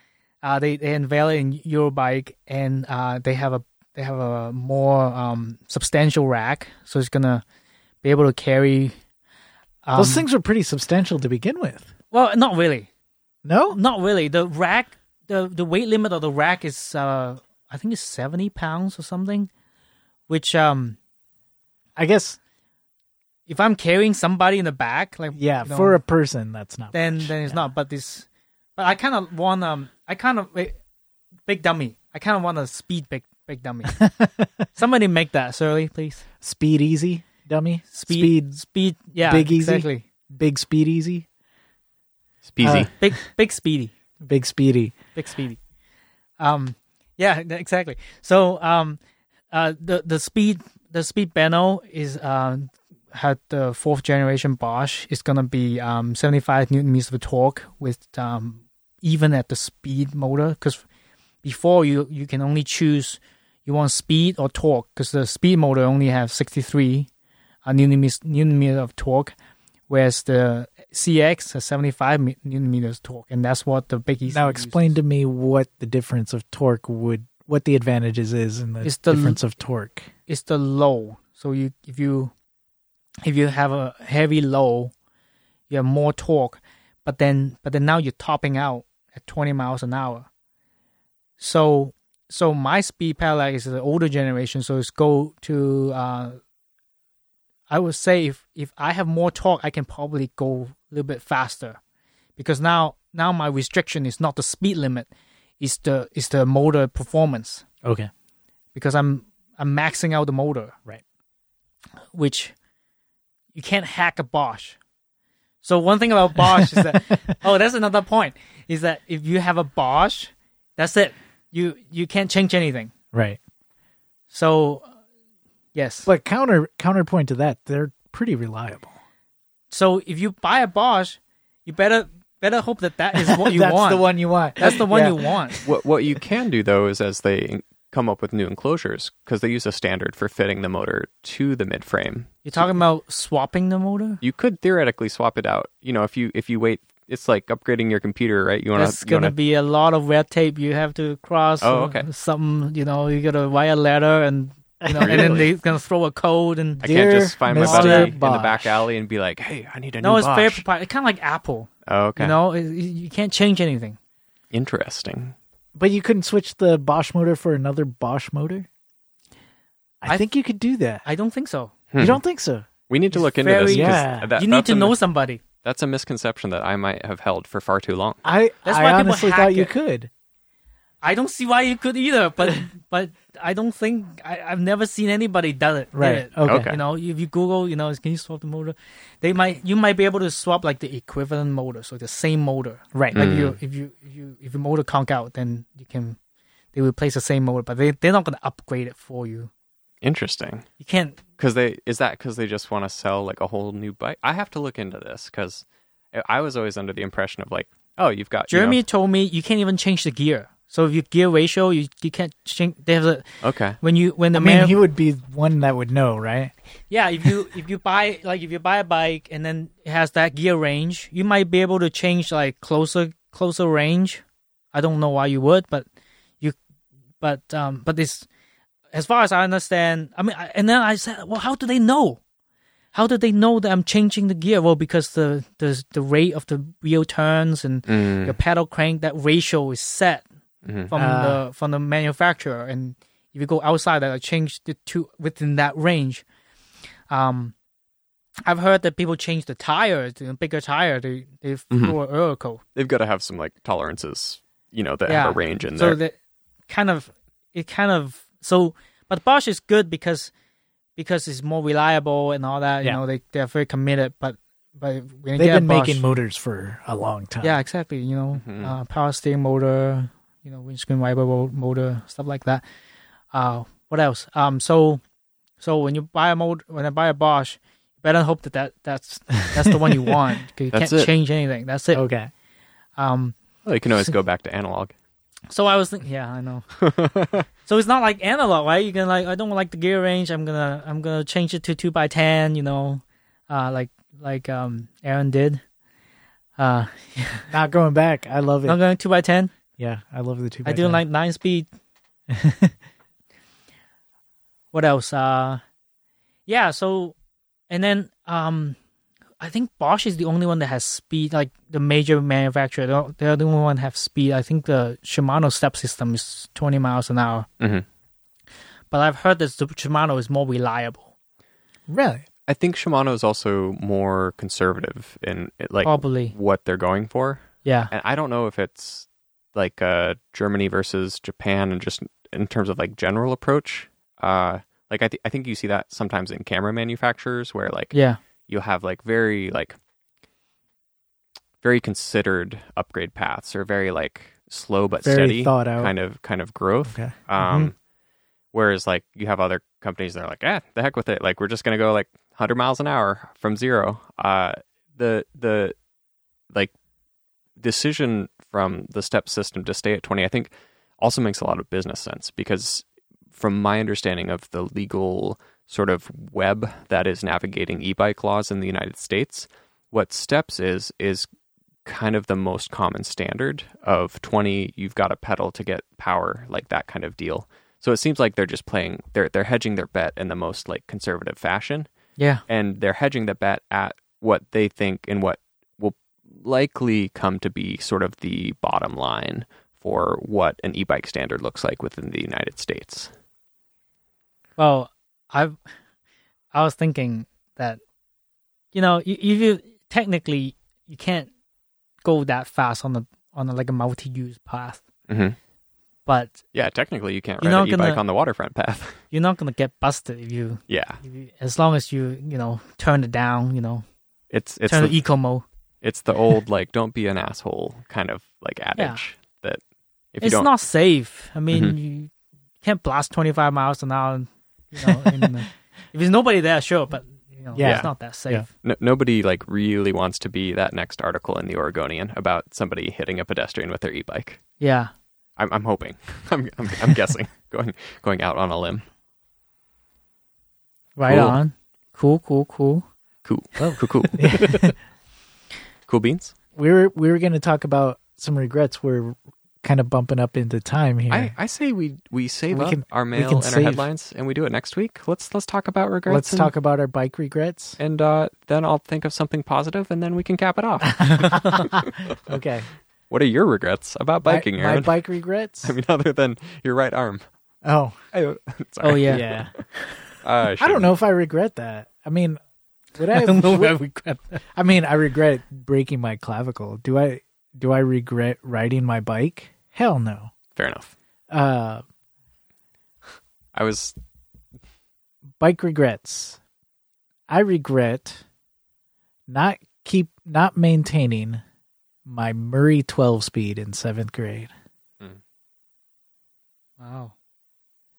S3: uh, they they unveil it in Eurobike, and uh, they have a they have a more um substantial rack, so it's gonna be able to carry. Um,
S1: Those things were pretty substantial to begin with.
S3: Well, not really,
S1: No,
S3: not really. The rack, the the weight limit of the rack is uh I think it's 70 pounds or something, which um.
S1: I guess
S3: If I'm carrying somebody in the back, like
S1: yeah.
S3: you know,
S1: For a person, that's not.
S3: then
S1: much.
S3: then it's
S1: Yeah.
S3: not. But this, but I kind of want um, I kind of wait, big dummy. I kind of want a speed big
S1: [laughs]
S3: big dummy. Somebody make that Surly, please.
S1: speed easy dummy. speed
S3: Speed, speed, yeah,
S1: Big Easy?
S3: exactly.
S1: big speed easy
S2: Speezy.
S1: Uh,
S3: Big big speedy,
S1: big speedy.
S3: big speedy. Um, yeah, th- exactly. So um, uh, the the speed the speed Beno is uh had the fourth generation Bosch. It's gonna be um 75 newton meters of torque with um even at the speed motor because before you you can only choose you want speed or torque because the speed motor only have 63 uh, newton meters newton meter of torque whereas the cx has 75 mi- newton meters torque and that's what the big easy
S1: Now
S3: uses.
S1: explain to me what the difference of torque would what the advantages is and the,
S3: It's the-
S1: difference of torque.
S3: it's the low so you if you if you have a heavy low you have more torque but then but then now you're topping out at 20 miles an hour so so my speed pedelec is the older generation so it's go to uh i would say if if i have more torque i can probably go a little bit faster because now now my restriction is not the speed limit it's the it's the motor performance
S1: Okay.
S3: because i'm i'm maxing out the motor
S1: Right.
S3: which you can't hack a Bosch. So one thing about Bosch is
S1: [laughs]
S3: that oh, that's another point is that if you have a Bosch, that's it. You you can't change anything.
S1: Right.
S3: So uh, yes.
S1: But counter counterpoint to that, they're pretty reliable.
S3: so if you buy a Bosch, you better better hope that that is
S1: [laughs]
S3: what you
S1: That's
S3: want.
S1: the one you want.
S3: That's the one
S1: Yeah.
S3: you want.
S2: what what you can do though is as they en- come up with new enclosures because they use a standard for fitting the motor to the midframe
S3: You're talking about swapping the motor.
S2: you could theoretically swap it out you know if you if you wait it's like upgrading your computer right you want
S3: That's
S2: to
S3: gonna be a lot of red tape you have to cross.
S2: Oh,
S3: uh,
S2: okay.
S3: Something you know, you gotta write a letter and you know, and then
S2: Really?
S3: they're gonna throw a code and
S2: i can't
S1: Dear
S2: just find my
S1: Mr.
S2: buddy in the
S1: Bosch.
S2: back alley and be like hey i need a
S3: No,
S2: new
S3: it's
S2: Bosch.
S3: fair proprietary. Kind of like Apple.
S2: oh, okay
S3: You know, It- you you can't change anything.
S2: interesting
S1: But you couldn't switch the Bosch motor for another Bosch motor. I,
S3: I- Hmm.
S1: think you could do that.
S3: I don't think so.
S1: You don't think so?
S2: We need to
S3: It's
S2: look into this.
S3: very-
S2: 'cause
S1: Yeah.
S2: that-
S3: you need
S2: that's
S3: to
S2: a
S3: know
S2: mis-
S3: somebody.
S2: That's a misconception that I might have held for far too long.
S1: I
S3: That's
S1: I
S3: why people
S1: honestly
S3: hack
S1: thought you
S3: it.
S1: could.
S3: I don't see why you could either, but but I don't think I, I've never seen anybody done it. did
S1: Right.
S3: it.
S1: Okay.
S2: Okay.
S3: You know, if you Google, you know, can you swap the motor? They might you might be able to swap like the equivalent motor, so the same motor.
S1: Right. Mm.
S3: Like you if you if you if your motor conk out, then you can they replace the same motor, but they they're not gonna upgrade it for you.
S2: Interesting.
S3: You can't
S2: Because they is that because they just want to sell like a whole new bike? I have to look into this because I was always under the impression of like, oh, you've got you know-
S3: Jeremy told me you can't even change the gear. So if your gear ratio you you can't change they have a
S2: okay,
S3: when you when the
S1: I mean,
S3: man
S1: he would be one that would know, right?
S3: Yeah, if you if you buy like if you buy a bike and then it has that gear range, you might be able to change like closer closer range. I don't know why you would, but you but um but this as far as I understand, I mean I, and then I said, well, how do they know? How do they know that I'm changing the gear? Well, because the the the rate of the wheel turns and
S2: Mm.
S3: your pedal crank that ratio is set from
S1: Ah.
S3: the from the manufacturer and if you go outside that I change the two within that range um I've heard that people change the tires, the bigger tire, they they throw a Oracle.
S2: they've got to have some like tolerances, you know, that
S3: Yeah.
S2: have a range in
S3: So
S2: there.
S3: that kind of it kind of so but Bosch is good because because it's more reliable and all that,
S1: Yeah.
S3: you know, they they're very committed but but when you
S1: They've
S3: get a
S1: been
S3: Bosch-
S1: making motors for a long time.
S3: Yeah, exactly. You know,
S2: Mm-hmm.
S3: uh, power steering motor, you know, windscreen wiper mo- motor, stuff like that. Uh, what else? Um, so, so when you buy a motor, when I buy a Bosch, you better hope that, that that's that's the one
S2: [laughs]
S3: you want. 'cause you
S2: That's
S3: can't
S2: it. Oh.
S3: change anything. That's it.
S1: Okay.
S3: Um,
S2: well, you can always
S3: [laughs]
S2: go back to analog.
S3: so I was thinking, yeah, I
S2: [laughs]
S3: know. so it's not like analog, right? You can like, I don't like the gear range. I'm gonna I'm gonna change it to two by ten. You know, uh, like like um Aaron did. Uh,
S1: Not going back. I love it.
S3: I'm going two by ten.
S1: Yeah, I love the two.
S3: I do like nine speed. [laughs] what else? Uh yeah, so and then um I think Bosch is the only one that has speed, like the major manufacturer. They're- They're the only one that have speed. I think the Shimano step system is twenty miles an hour.
S2: Mhm.
S3: But I've heard that the Shimano is more reliable.
S1: really.
S2: I think Shimano is also more conservative in like
S3: Probably.
S2: what they're going for.
S3: Yeah.
S2: and I don't know if it's like uh, Germany versus Japan, and just in terms of like general approach. Uh, like I, th- I think you see that sometimes in camera manufacturers where like
S3: Yeah.
S2: you'll have like very like very considered upgrade paths or very like slow but
S1: Very
S2: steady
S1: thought out.
S2: kind of kind of growth.
S1: Okay.
S2: Um, Whereas like you have other companies that are like, eh, the heck with it. Like we're just gonna go like 100 miles an hour from zero. Uh, the the like decision from the step system to stay at 20, I think, also makes a lot of business sense because from my understanding of the legal sort of web that is navigating e-bike laws in the United States, what steps is is kind of the most common standard of 20 you've got a pedal to get power like that kind of deal so it seems like they're just playing they're they're hedging their bet in the most like conservative fashion
S3: Yeah.
S2: and they're hedging the bet at what they think and what will likely come to be sort of the bottom line for what an e-bike standard looks like within the United States.
S3: Well, I've I was thinking that you know you, you, you technically you can't go that fast on the on a, like a multi-use path,
S2: Mm-hmm.
S3: but
S2: Yeah, technically you can't
S3: You're
S2: ride an
S3: not gonna-
S2: e-bike on the waterfront path. [laughs]
S3: you're not gonna get busted if you,
S2: yeah,
S3: if you as long as you you know turn it down, you know
S2: it's it's
S3: turn
S2: the,
S3: the eco mode.
S2: it's the old like don't be an asshole kind of like adage that if you
S3: It's
S2: don't
S3: not safe. I mean,
S2: Mhm.
S3: you can't blast 25 miles an hour. You know, in the, if there's nobody there, sure, but you know,
S1: Yeah.
S3: it's not that safe.
S1: Yeah.
S2: no, nobody like really wants to be that next article in the Oregonian about somebody hitting a pedestrian with their e-bike.
S3: yeah.
S2: I'm, I'm hoping. [laughs] I'm, I'm, I'm
S1: [laughs]
S2: guessing. going going out on a limb.
S3: Right
S2: Cool.
S3: on. Cool, cool, cool.
S2: Cool.
S1: Oh.
S2: Cool. Cool.
S1: [laughs]
S2: cool beans.
S1: We were we were going to talk about some regrets. We're kind of bumping up into time here.
S2: I, I say we we save
S1: We
S2: up
S1: can-
S2: our
S1: we
S2: mail
S1: can
S2: and our
S1: save.
S2: headlines, and we do it next week. Let's let's talk about regrets.
S1: Let's
S2: and,
S1: talk about our bike regrets. [laughs]
S2: and uh, then I'll think of something positive, and then we can cap it off.
S1: Okay.
S2: What are your regrets about [laughs] biking,
S1: my, my
S2: Aaron?
S1: bike regrets.
S2: [laughs] I mean, other than your right arm.
S1: oh,
S2: I,
S3: Oh
S2: sorry.
S3: yeah.
S1: yeah.
S2: I,
S1: I don't
S2: shouldn't.
S1: know if I regret that. I mean, would I?
S3: [laughs] [laughs] I
S1: have-
S3: don't know why I regret that.
S1: I mean, I regret breaking my clavicle. Do I? Do I regret riding my bike? Hell no.
S2: Fair enough.
S1: Uh,
S2: I was
S1: bike regrets. I regret not keep not maintaining my Murray twelve speed in seventh grade.
S3: Wow.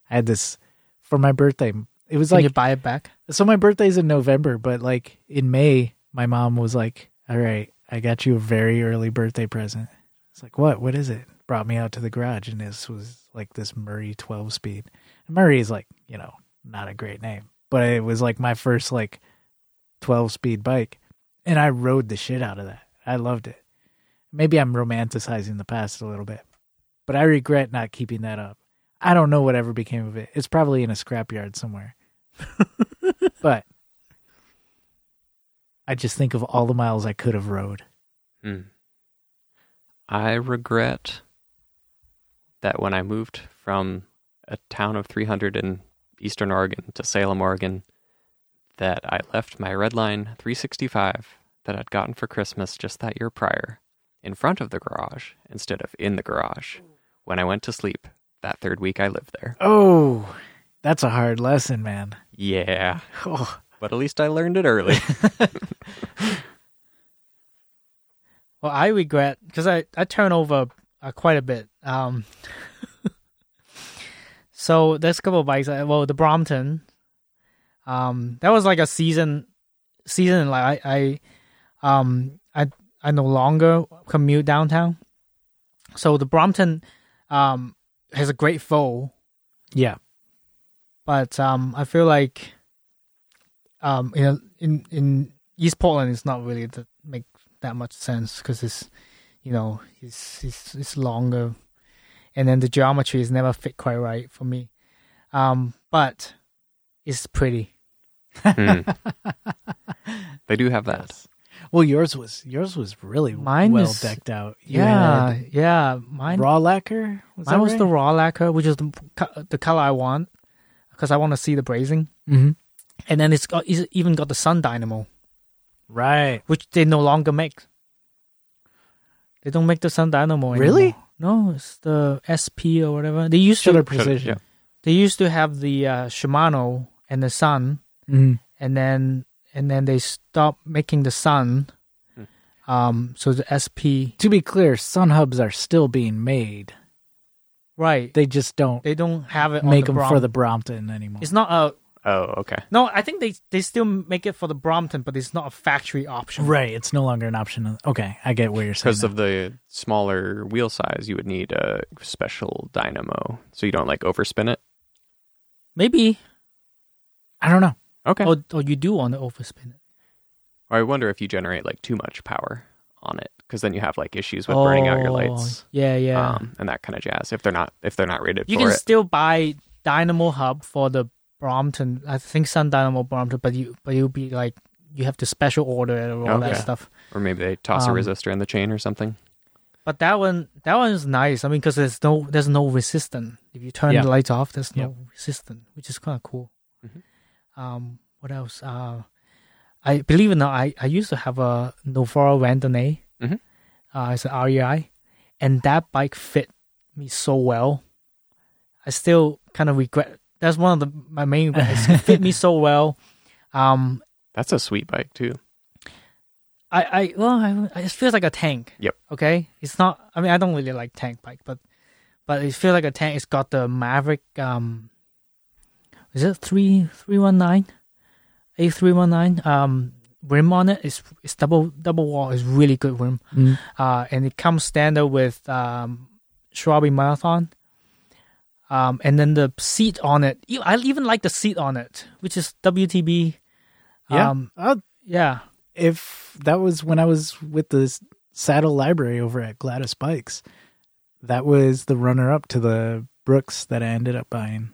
S1: I had this for my birthday. It was
S3: Can
S1: like
S3: you buy it back?
S1: so my birthday's in November, but like in May, my mom was like, "All right, I got you a very early birthday present." It's like, "What? What is it?" Brought me out to the garage, and this was like this Murray 12 speed. And Murray is like, you know, not a great name, but it was like my first like 12 speed bike, and I rode the shit out of that. I loved it. Maybe I'm romanticizing the past a little bit, but I regret not keeping that up. I don't know whatever became of it. It's probably in a scrapyard somewhere but I just think of all the miles I could have rode.
S2: Hmm. I regret that when I moved from a town of 300 in eastern Oregon to Salem, Oregon, that I left my Redline 365 that I'd gotten for Christmas just that year prior in front of the garage instead of in the garage when I went to sleep that third week I lived there.
S1: Oh, that's a hard lesson, man.
S2: Yeah,
S1: Oh,
S2: but at least I learned it early.
S3: Well, I regret because I, I turn over uh, quite a bit. Um, [laughs] so there's a couple of bikes. uh, Well, the Brompton, um, that was like a season, season like I, I, um, I I no longer commute downtown. So the Brompton, um, has a great foal,
S1: yeah.
S3: but um, I feel like, um, in in in East Portland, it's not really that make that much sense because it's, you know, it's it's it's longer, and then the geometry is never fit quite right for me, um, but it's pretty.
S2: Hmm. [laughs] They do have that.
S1: Well, yours was yours was really
S3: Mine
S1: well
S3: was-
S1: decked out. You
S3: Yeah,
S1: had
S3: yeah. Mine
S1: raw lacquer. Was
S3: mine was the raw lacquer, which is the co- the color I want because I want to see the brazing,
S1: the mm-hmm.
S3: and then it's got it's even got the sun dynamo.
S1: right.
S3: which they no longer make. They don't make the Sun Dynamo anymore.
S1: Really?
S3: No, it's the SP or whatever. They used
S1: Should
S3: to
S1: have precision.
S3: they used to have the uh, Shimano and the Sun,
S1: Mhm.
S3: and then and then they stopped making the Sun.
S1: Hmm.
S3: Um, so the SP,
S1: To be clear, sun hubs are still being made.
S3: right? They,
S1: They just don't
S3: don't have it.
S1: make them
S3: on the
S1: for
S3: Brom-
S1: the Brompton anymore.
S3: It's not a
S2: Oh, okay.
S3: no. I think they they still make it for the Brompton, but it's not a factory option.
S1: right. It's no longer an option. Okay, I get what you're saying.
S2: because of the smaller wheel size, you would need a special dynamo so you don't like overspin it.
S3: Maybe
S1: I don't know.
S2: Okay.
S3: or or you do want to overspin it.
S2: Or I wonder if you generate like too much power on it because then you have like issues with burning out your
S3: Oh,
S2: lights
S3: Yeah, yeah.
S2: um, and that kind of jazz if they're not if they're not rated
S3: you
S2: for
S3: can
S2: it.
S3: still buy Dynamo Hub for the Brompton. I think some Dynamo Brompton, but you but you'll be like you have to special order it or all that
S2: Okay.
S3: stuff.
S2: or maybe they toss
S3: um,
S2: a resistor in the chain or something.
S3: But that one that one is nice. I mean, because there's no there's no resistance. If you turn
S1: Yeah. Mm-hmm.
S3: the lights off, there's
S1: Yep.
S3: no resistance, which is kind of cool.
S2: Mhm.
S3: Um, what else? Uh, I believe it or not, I I used to have a Novara Randonnée.
S2: Mhm.
S1: Mm-hmm.
S3: Uh, it's an REI, and that bike fit me so well. I still kind of regret. That's one of the my main regrets. it fit
S1: [laughs]
S3: me so well. Um,
S2: That's a sweet bike too.
S3: I, I well, I, it feels like a tank.
S2: Yep.
S3: Okay. It's not. I mean, I don't really like tank bike, but but it feels like a tank. It's got the Maverick. Um, is it three three one nine, a three one nine? Um, rim on it. It's it's double double wall. It's really good rim.
S1: Mm.
S3: Uh, and it comes standard with um, Schwabi Marathon. Um, and then the seat on it. e- I even like the seat on it, which is WTB.
S1: Yeah.
S3: Um,
S1: I'll
S3: yeah.
S1: if that was when I was with the s- Saddle Library over at Gladys Bikes, that was the runner up to the Brooks that I ended up buying.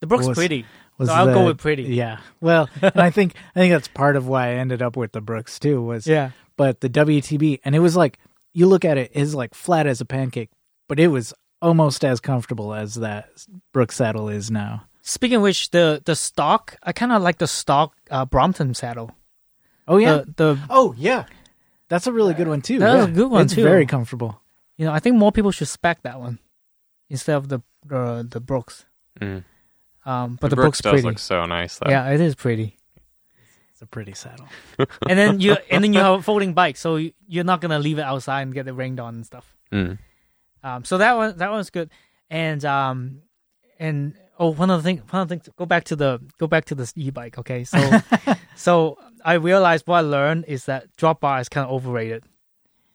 S3: The Brooks
S1: Was-
S3: pretty.
S1: Was
S3: So I'll
S1: the-
S3: go with pretty.
S1: Yeah. Well,
S3: [laughs]
S1: and I think I think that's part of why I ended up with the Brooks too was
S3: Yeah.
S1: but the WTB and it was like you look at it is like flat as a pancake, but it was almost as comfortable as that Brook saddle is now.
S3: Speaking of which, the the stock I kind of like the stock uh, Brompton saddle.
S1: Oh yeah.
S3: The, the
S1: oh yeah. That's a really good one too.
S3: That was
S1: yeah.
S3: a good one,
S1: it's
S3: too.
S1: very comfortable.
S3: you know I think more people should spec that one instead of the the the Brooks.
S2: Mm.
S3: Um, but Hmm. the,
S2: Brooks
S3: Brooks,
S2: does
S3: pretty.
S2: look so nice though.
S3: yeah, it is pretty.
S1: It's a pretty saddle.
S3: and then you and then
S2: [laughs]
S3: you have a folding bike, so you- you're not gonna leave it outside and get it rained on and stuff.
S2: Mm.
S3: Um, so that one that one's good. And um, and oh, one other thing, one other thing. Go back to the go back to this e-bike.
S1: [laughs]
S3: Okay, so so I realized what I learned is that drop bar is kind of overrated.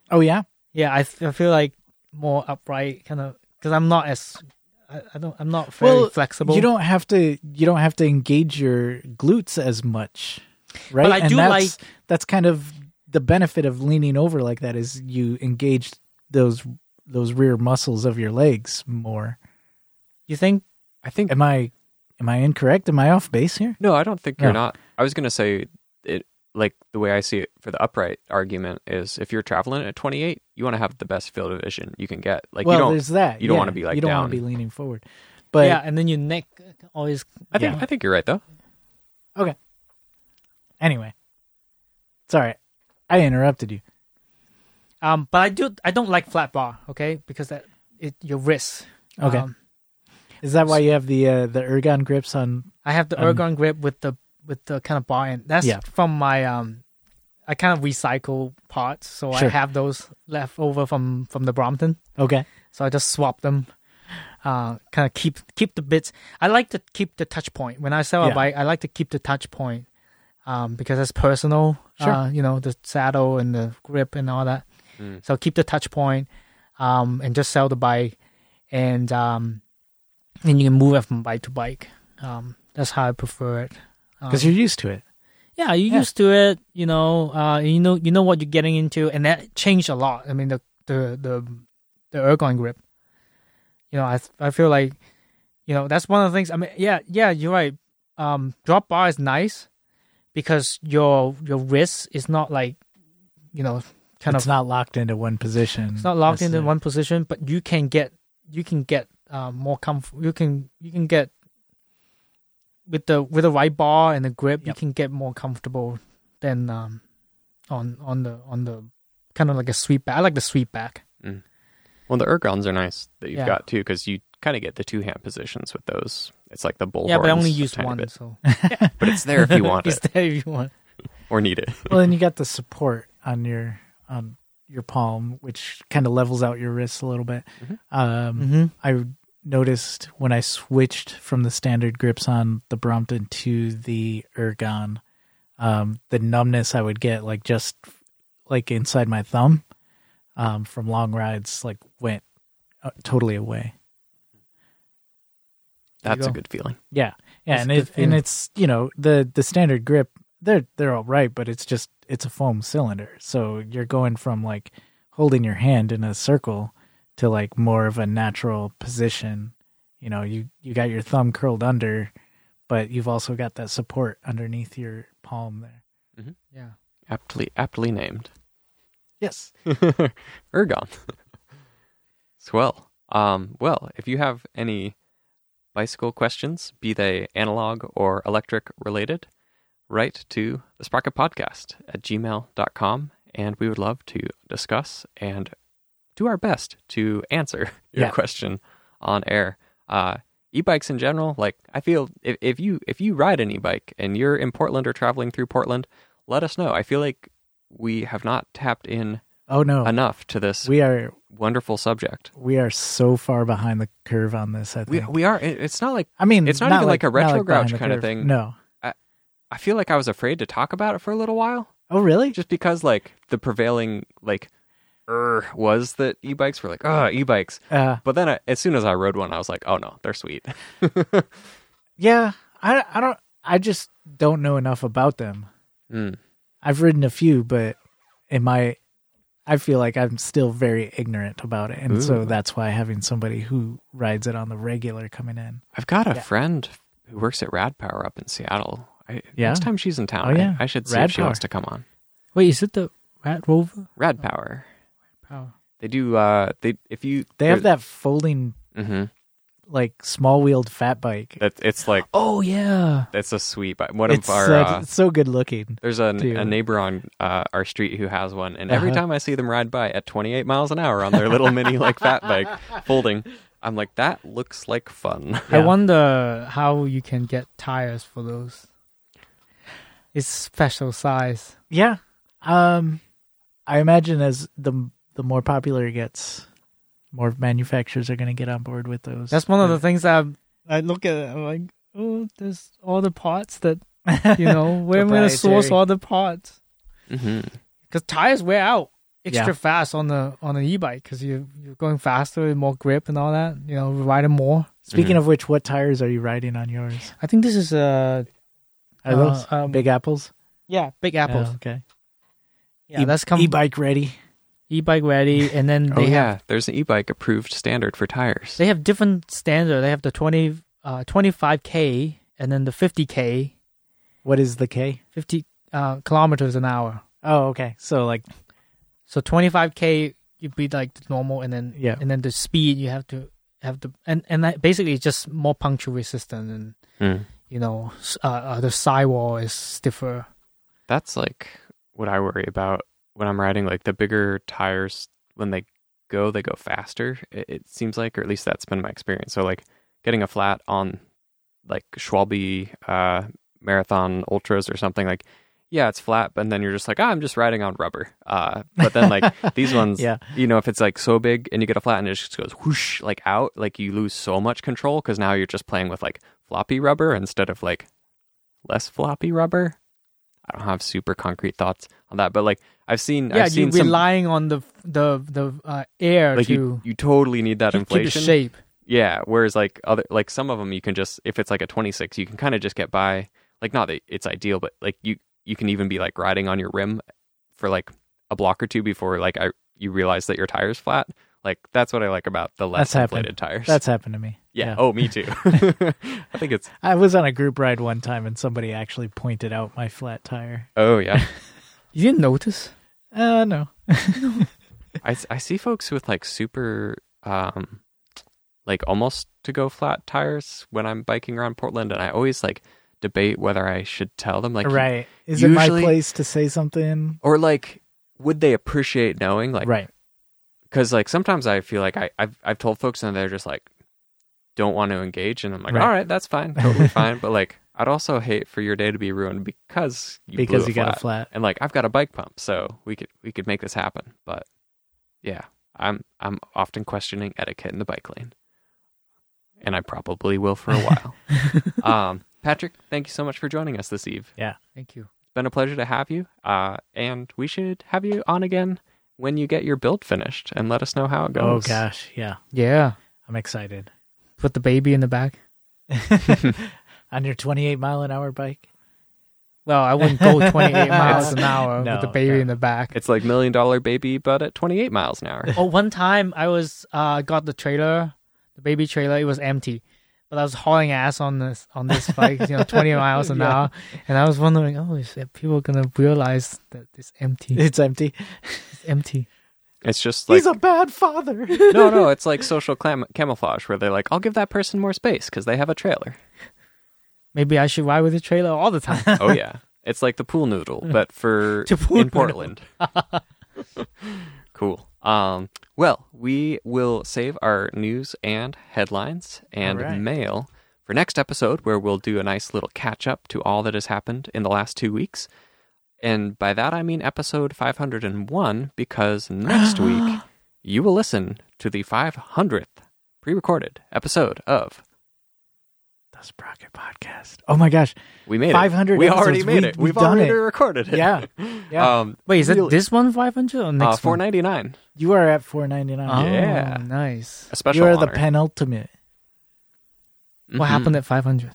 S1: Oh yeah.
S3: Yeah, I, f- I feel like more upright kind of because I'm not as I, I don't I'm not very
S1: Well,
S3: flexible.
S1: You don't have to you don't have to engage your glutes as much. Right?
S3: But I do
S1: that's, that's kind of the benefit of leaning over like that is you engage those those rear muscles of your legs more.
S3: you think
S2: I think
S1: Am I am I incorrect? Am I off base here?
S2: No, I don't think you're
S1: No.
S2: not. I was going to say it like the way I see it for the upright argument is if you're traveling at 28, you want to have the best field of vision you can get. Like
S1: well,
S2: you don't
S1: there's that.
S2: you don't
S1: yeah.
S2: wanna be, like,
S1: you don't want
S2: down.
S1: to be leaning forward. But
S3: yeah, and then your neck always
S2: I think
S1: yeah.
S2: I think you're right though.
S1: Okay. Anyway, sorry, I interrupted you.
S3: Um, but I do I don't like flat bar, okay, because that it your wrist.
S1: Okay.
S3: Um,
S1: Is that why you have the uh, the ergon grips on?
S3: I have the
S1: Um,
S3: ergon grip with the with the kind of bar end. That's
S1: Yeah.
S3: from my um, I kind of recycle parts, so I
S1: Sure.
S3: have those left over from from the Brompton.
S1: Okay.
S3: So I just swap them. Uh, kind of keep keep the bits. I like to keep the touch point when I sell a
S1: Yeah.
S3: bike. I like to keep the touch point, um, because that's personal.
S1: Sure.
S3: Uh, you know the saddle and the grip and all that.
S1: Mm.
S3: So keep the touch point, um, and just sell the bike, and um, then you can move it from bike to bike. Um, that's how I prefer it. Uh,
S1: Because you're used to it.
S3: Yeah, you're
S1: Yeah.
S3: used to it. You know, uh, you know, you know what you're getting into, and that changed a lot. I mean, the the the the ergon grip. You know, I I feel like, you know, that's one of the things. I mean, yeah, yeah, you're right. Um, drop bar is nice because your your wrist is not like, you know, kind
S1: it's
S3: of
S1: not locked into one position.
S3: it's not locked
S1: That's
S3: into
S1: it.
S3: one position, but you can get you can get uh, more comfort. You can you can get with the with the right bar and the grip, you
S1: Yep.
S3: can get more comfortable than um, on on the on the kind of like a sweep back. I like the sweep back.
S2: Well, the ergons are nice that you've
S3: Yeah.
S2: got too cuz you kind of get the two-hand positions with those. It's like the bull
S3: yeah, but I
S2: horns
S3: only
S2: a
S3: use
S2: tiny
S3: one,
S2: bit.
S3: so
S2: but it's there if you
S3: [laughs]
S2: want
S3: it's
S2: it
S3: there if you want.
S2: or need it.
S1: Well, then you got the support on your on your palm, which kind of levels out your wrist a little bit. Um,
S3: Mm-hmm.
S1: I noticed when I switched from the standard grips on the Brompton to the Ergon, um, the numbness I would get, like just like inside my thumb, um, from long rides, like went uh, totally away.
S2: That's a
S3: go.
S2: good feeling.
S1: Yeah, yeah,
S3: That's
S1: and
S3: a good
S1: it, and
S3: feeling.
S1: it's you know the the standard grip they're they're all right, but it's just it's a foam cylinder, so you're going from like holding your hand in a circle to like more of a natural position. You know, you you got your thumb curled under, but you've also got that support underneath your palm there.
S3: Yeah.
S2: Aptly aptly named.
S1: Yes.
S2: Ergon. [laughs] Swell. Um, well, if you have any bicycle questions, be they analog or electric related, write to the Sprocket Podcast at gmail.com and we would love to discuss and do our best to answer [laughs] your
S1: Yeah.
S2: question on air. Uh, e-bikes in general, like I feel if, if you if you ride an e-bike and you're in Portland or traveling through Portland, let us know. I feel like we have not tapped in
S1: Oh no,
S2: enough to this
S1: we are
S2: wonderful subject.
S1: we are so far behind the curve on this. I
S2: We,
S1: think.
S2: we are. it- It's not like
S1: I mean,
S2: it's not even like a retro
S1: behind
S2: grouch
S1: the
S2: kinda
S1: curve.
S2: thing.
S1: No.
S2: I feel like I was afraid to talk about it for a little while,
S1: Oh really?
S2: just because like the prevailing like er was that e-bikes were like oh e-bikes,
S1: Uh,
S2: but then I, as soon as I rode one, I was like oh no, they're sweet. [laughs]
S1: Yeah, I I don't I just don't know enough about them.
S3: Hmm.
S2: Mm.
S1: I've ridden a few, but in my I feel like I'm still very ignorant about it, and so
S2: Ooh.
S1: that's why having somebody who rides it on the regular coming in.
S2: I've got a
S1: Yeah.
S2: friend who works at Rad Power up in Seattle. I,
S1: Yeah?
S2: Next time she's in town,
S1: Oh, yeah.
S2: I, I should see
S1: Rad
S2: if she wants
S1: Power.
S2: to come on.
S3: Wait, is it the Rat Rover?
S2: Rad Power.
S3: power.
S2: They do. Uh, they if you
S1: Oh. They have that folding
S2: hmm
S1: like small wheeled fat bike.
S2: That it's like
S1: Oh yeah,
S2: that's a sweet. bi- One
S1: it's
S2: of our
S1: so,
S2: uh,
S1: it's so good looking.
S2: There's a,
S1: Dude.
S2: a neighbor on uh, our street who has one, and every
S1: Uh-huh.
S2: time I see them ride by at 28 miles an hour on their little mini like fat [laughs] bike folding, I'm like, that looks like fun.
S3: I
S1: Yeah.
S3: wonder how you can get tires for those. It's special size.
S1: Yeah, um, I imagine as the the more popular it gets, more manufacturers are going to get on board with those.
S3: That's one of the things that I'm, I look at. It, I'm like, oh, there's all the parts that [laughs] you know. Where am I gonna source
S1: Proprietary.
S3: all the parts?
S2: hmm
S3: Because tires wear out extra
S1: Yeah.
S3: fast on the on an e-bike because you you're going faster, with more grip, and all that. You know, riding more.
S1: Speaking
S2: Mm-hmm.
S1: of which, what tires are you riding on yours?
S3: I think this is uh,
S1: Are
S3: Uh,
S1: those
S3: um,
S1: Big Apples?
S3: yeah, E-, big apples.
S1: Oh, okay.
S3: Yeah, that's come
S1: E bike ready.
S3: e-bike ready, and [laughs] then
S2: Oh,
S3: they have
S2: yeah. There's an e bike approved standard for tires.
S3: they have different standard. They have the 20, uh, 25k and then the 50k,
S1: What is the K?
S3: 50 uh, kilometers an hour.
S1: Oh, okay. So like
S3: So 25k you'd be like the normal, and then
S1: Yeah.
S3: and then the speed you have to have the and and that basically it's just more puncture resistant, and
S2: Mm.
S3: you know s- uh, uh, the sidewall is stiffer.
S2: That's like what I worry about when I'm riding. Like the bigger tires, when they go, they go faster, it, it seems like, or at least that's been my experience. So, like getting a flat on like Schwalbe uh, marathon ultras or something, like, yeah, it's flat, but then you're just like, ah, I'm just riding on rubber. Uh, but then, like, these ones,
S1: Yeah.
S2: you know, if it's like so big and you get a flat and it just goes whoosh, like out, like you lose so much control because now you're just playing with like floppy rubber instead of like less floppy rubber. I don't have super concrete thoughts on that, but like I've seen,
S3: yeah,
S2: I've seen
S3: you're
S2: some,
S3: relying on the the the uh, air
S2: like
S3: to
S2: you, you totally need that
S3: keep- keep the
S2: inflation.
S3: shape.
S2: Yeah. Whereas like other like some of them you can just if it's like a 26 you can kind of just get by. Like not that it's ideal, but like you you can even be like riding on your rim for like a block or two before like I you realize that your tire's flat. Like that's what I like about the
S1: That's
S2: less
S1: happened.
S2: inflated tires.
S1: that's happened to me.
S2: yeah. Oh, me
S1: [laughs]
S2: too. [laughs] I think it's
S1: I was on a group ride one time and somebody actually pointed out my flat tire.
S2: oh yeah.
S3: You didn't notice?
S1: Uh no.
S2: I, s- I see folks with like super um like almost to go flat tires when I'm biking around Portland, and I always like debate whether I should tell them like
S1: right. Is it my
S2: usually-
S1: place to say something?
S2: or like would they appreciate knowing like
S1: right.
S2: because like sometimes I feel like I I've I've told folks and they're just like don't want to engage, and I'm like
S1: Right.
S2: all right that's fine
S1: [laughs]
S2: totally fine, but like I'd also hate for your day to be ruined because you blew
S1: because you got a flat.
S2: and like I've got a bike pump, so we could we could make this happen. But yeah, I'm I'm often questioning etiquette in the bike lane, and I probably will for a while. um, Patrick, thank you so much for joining us this eve.
S3: Thank you.
S2: It's been a pleasure to have you, uh, and we should have you on again when you get your build finished and let us know how it
S1: Oh
S2: goes.
S1: gosh, yeah.
S3: Yeah,
S1: I'm
S2: [laughs]
S1: excited. [laughs]
S3: put the baby in the back.
S1: on your 28 mile an hohour bike.
S3: Well, I
S2: [laughs]
S3: wouldn't go 28 miles
S1: It's-
S3: an hour
S1: no,
S3: with the baby
S1: no.
S3: in the back.
S2: It's like million dollar baby, but at 28 miles an hour.
S3: Oh, one time I was uh got the trailer, the baby trailer. It was empty, but I was hauling ass on this on this bike, you
S2: [laughs]
S3: know, 20 miles an
S1: Yeah.
S3: hour, and I was wondering, oh, is that people gonna realize that it's empty?
S1: It's empty.
S3: It's empty.
S2: It's just like
S1: He's a bad father.
S2: [laughs] no,
S1: [laughs]
S2: no, it's like social clam- camouflage where they're like, I'll give that person more space because they have a trailer.
S3: Maybe I should ride with the trailer all
S2: [laughs]
S3: the time.
S2: Oh yeah, it's like the
S1: [laughs]
S2: pool noodle, but for
S3: To pool
S2: in
S3: noodle.
S2: Portland. cool. Um, well, we will save our news and headlines and
S1: All right.
S2: mail for next episode, where we'll do a nice little catch up to all that has happened in the last two weeks. And by that I mean episode 501,
S1: [gasps]
S2: because next week you will listen to the 500th pre-recorded episode of
S1: the Sprocket Podcast. Oh my gosh.
S2: We Made It.
S1: 500
S2: We
S1: episodes.
S2: already made
S1: We-
S2: it.
S1: we've
S2: We've,
S1: done
S2: already
S1: it.
S2: recorded it.
S1: Yeah. Yeah.
S2: Um,
S3: Wait, is
S1: Really?
S3: it this one 500 or
S2: uh,
S3: next
S2: four
S3: one?
S2: ninety nine.
S1: You are at 499.
S3: Oh,
S2: Uh-huh. Yeah.
S3: nice.
S2: A special.
S1: you are the
S2: honor.
S1: penultimate.
S3: What
S2: Mhm.
S3: happened at 500?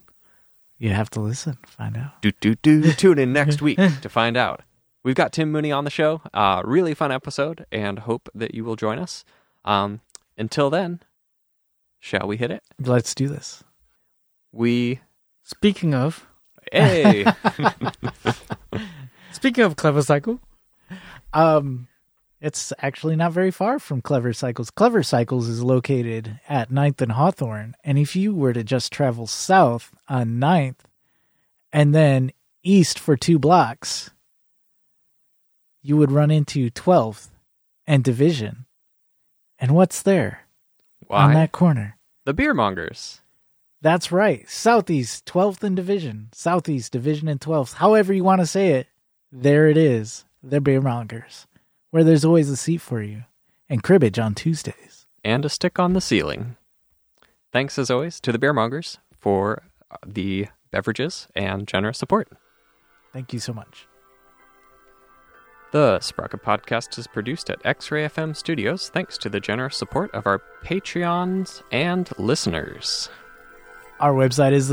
S1: You have to listen, find out.
S2: Do, do, do. [laughs] Tune in next
S3: [laughs]
S2: week to find out. We've got Tim Mooney on the show. Uh, really fun episode, and hope that you will join us. Um, until then, shall we hit it?
S1: Let's do this.
S2: We
S3: Speaking of, [laughs]
S2: hey.
S3: speaking of clever cycle,
S1: Um It's actually not very far from Clever Cycles. Clever Cycles is located at 9th and Hawthorne. And if you were to just travel south on 9th and then east for two blocks, you would run into 12th and Division. And what's there on
S2: Why?
S1: that corner?
S2: The beer mongers.
S1: That's right. Southeast, 12th and Division. Southeast, Division, and 12th. However you want to say it, there it is. They're beer mongers, where there's always a seat for you. And cribbage on Tuesdays.
S2: and a stick on the ceiling. Thanks, as always, to the beer mongers for uh, the beverages and generous support.
S1: Thank you so much.
S2: The Sprocket Podcast is produced at X Ray FM Studios thanks to the generous support of our Patreons and listeners.
S1: Our website is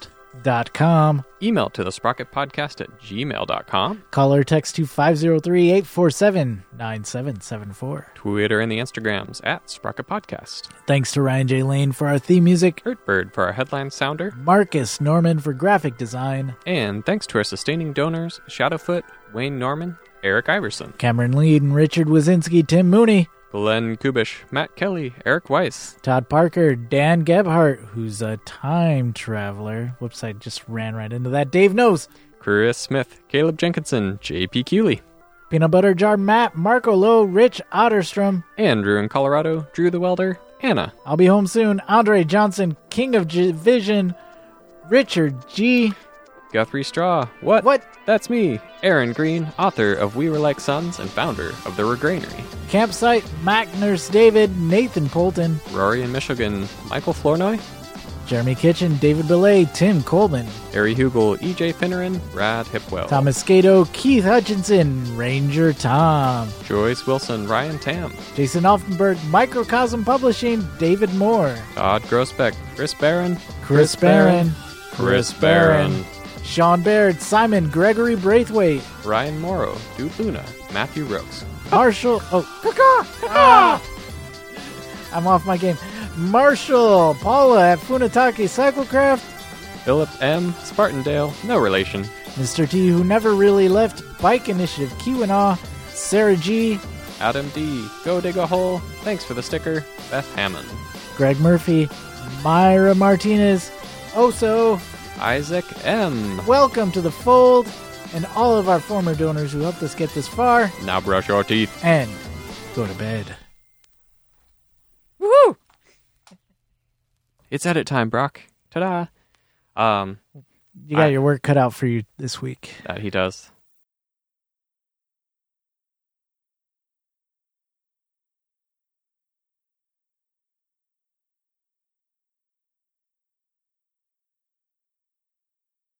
S1: thesprocketpodcast.com.
S2: Email to the Sprocket Podcast at gmail.com.
S1: Call or text to 503 847 9774.
S2: Twitter and the Instagrams at Sprocket Podcast.
S1: Thanks to Ryan J. Lane for our theme music,
S2: Earthbird for our headline sounder.
S1: Marcus Norman for graphic design,
S2: And thanks to our sustaining donors, Shadowfoot, Wayne Norman, Eric Iverson,
S1: Cameron Lead and Richard Wazinski, Tim Mooney,
S2: Glenn Kubish, Matt Kelly, Eric Weiss,
S1: Todd Parker, Dan Gebhart, who's a time traveler. Whoops, I just ran right into that. Dave Knows,
S2: Chris Smith, Caleb Jenkinson, JP Cooley,
S1: Peanut Butter Jar Matt, Marco Lowe, Rich Otterstrom.
S2: Andrew in Colorado, Drew the Welder, Anna,
S1: I'll be home soon. Andre Johnson, King of J- Vision, Richard G.
S2: Guthrie Straw, what?
S1: What?
S2: That's me, Aaron Green, author of We Were Like Sons and founder of The Regrainery,
S1: Campsite, Mac Nurse David, Nathan Polton,
S2: Rory in Michigan, Michael Flournoy,
S1: Jeremy Kitchen, David Belay, Tim Coleman,
S2: Harry Hugel, EJ Finneran, Rad Hipwell,
S1: Thomas Cato, Keith Hutchinson, Ranger Tom,
S2: Joyce Wilson, Ryan Tam,
S1: Jason Offenberg, Microcosm Publishing, David Moore,
S2: Todd Grossbeck, Chris Barron,
S1: Chris, Barron.
S2: Chris Barron,
S1: Sean Baird, Simon Gregory Braithwaite,
S2: Ryan Morrow, Dude Luna, Matthew Rokes,
S1: Marshall. Oh, caw-caw, caw-caw. I'm off my game. Marshall, Paula at Funataki Cyclecraft,
S2: Philip M. Spartandale, no relation,
S1: Mr. T, who never really left, Bike Initiative Keweenaw, Sarah G,
S2: Adam D. Go dig a hole. Thanks for the sticker, Beth Hammond.
S1: Greg Murphy, Myra Martinez, Oso,
S2: Isaac M.
S1: welcome to the fold, and all of our former donors who helped us get this far,
S2: Now brush your teeth.
S1: and go to bed.
S3: Woo!
S2: It's edit time, Brock. Ta da. Um,
S1: You got
S2: I-
S1: your work cut out for you this week.
S2: that he does.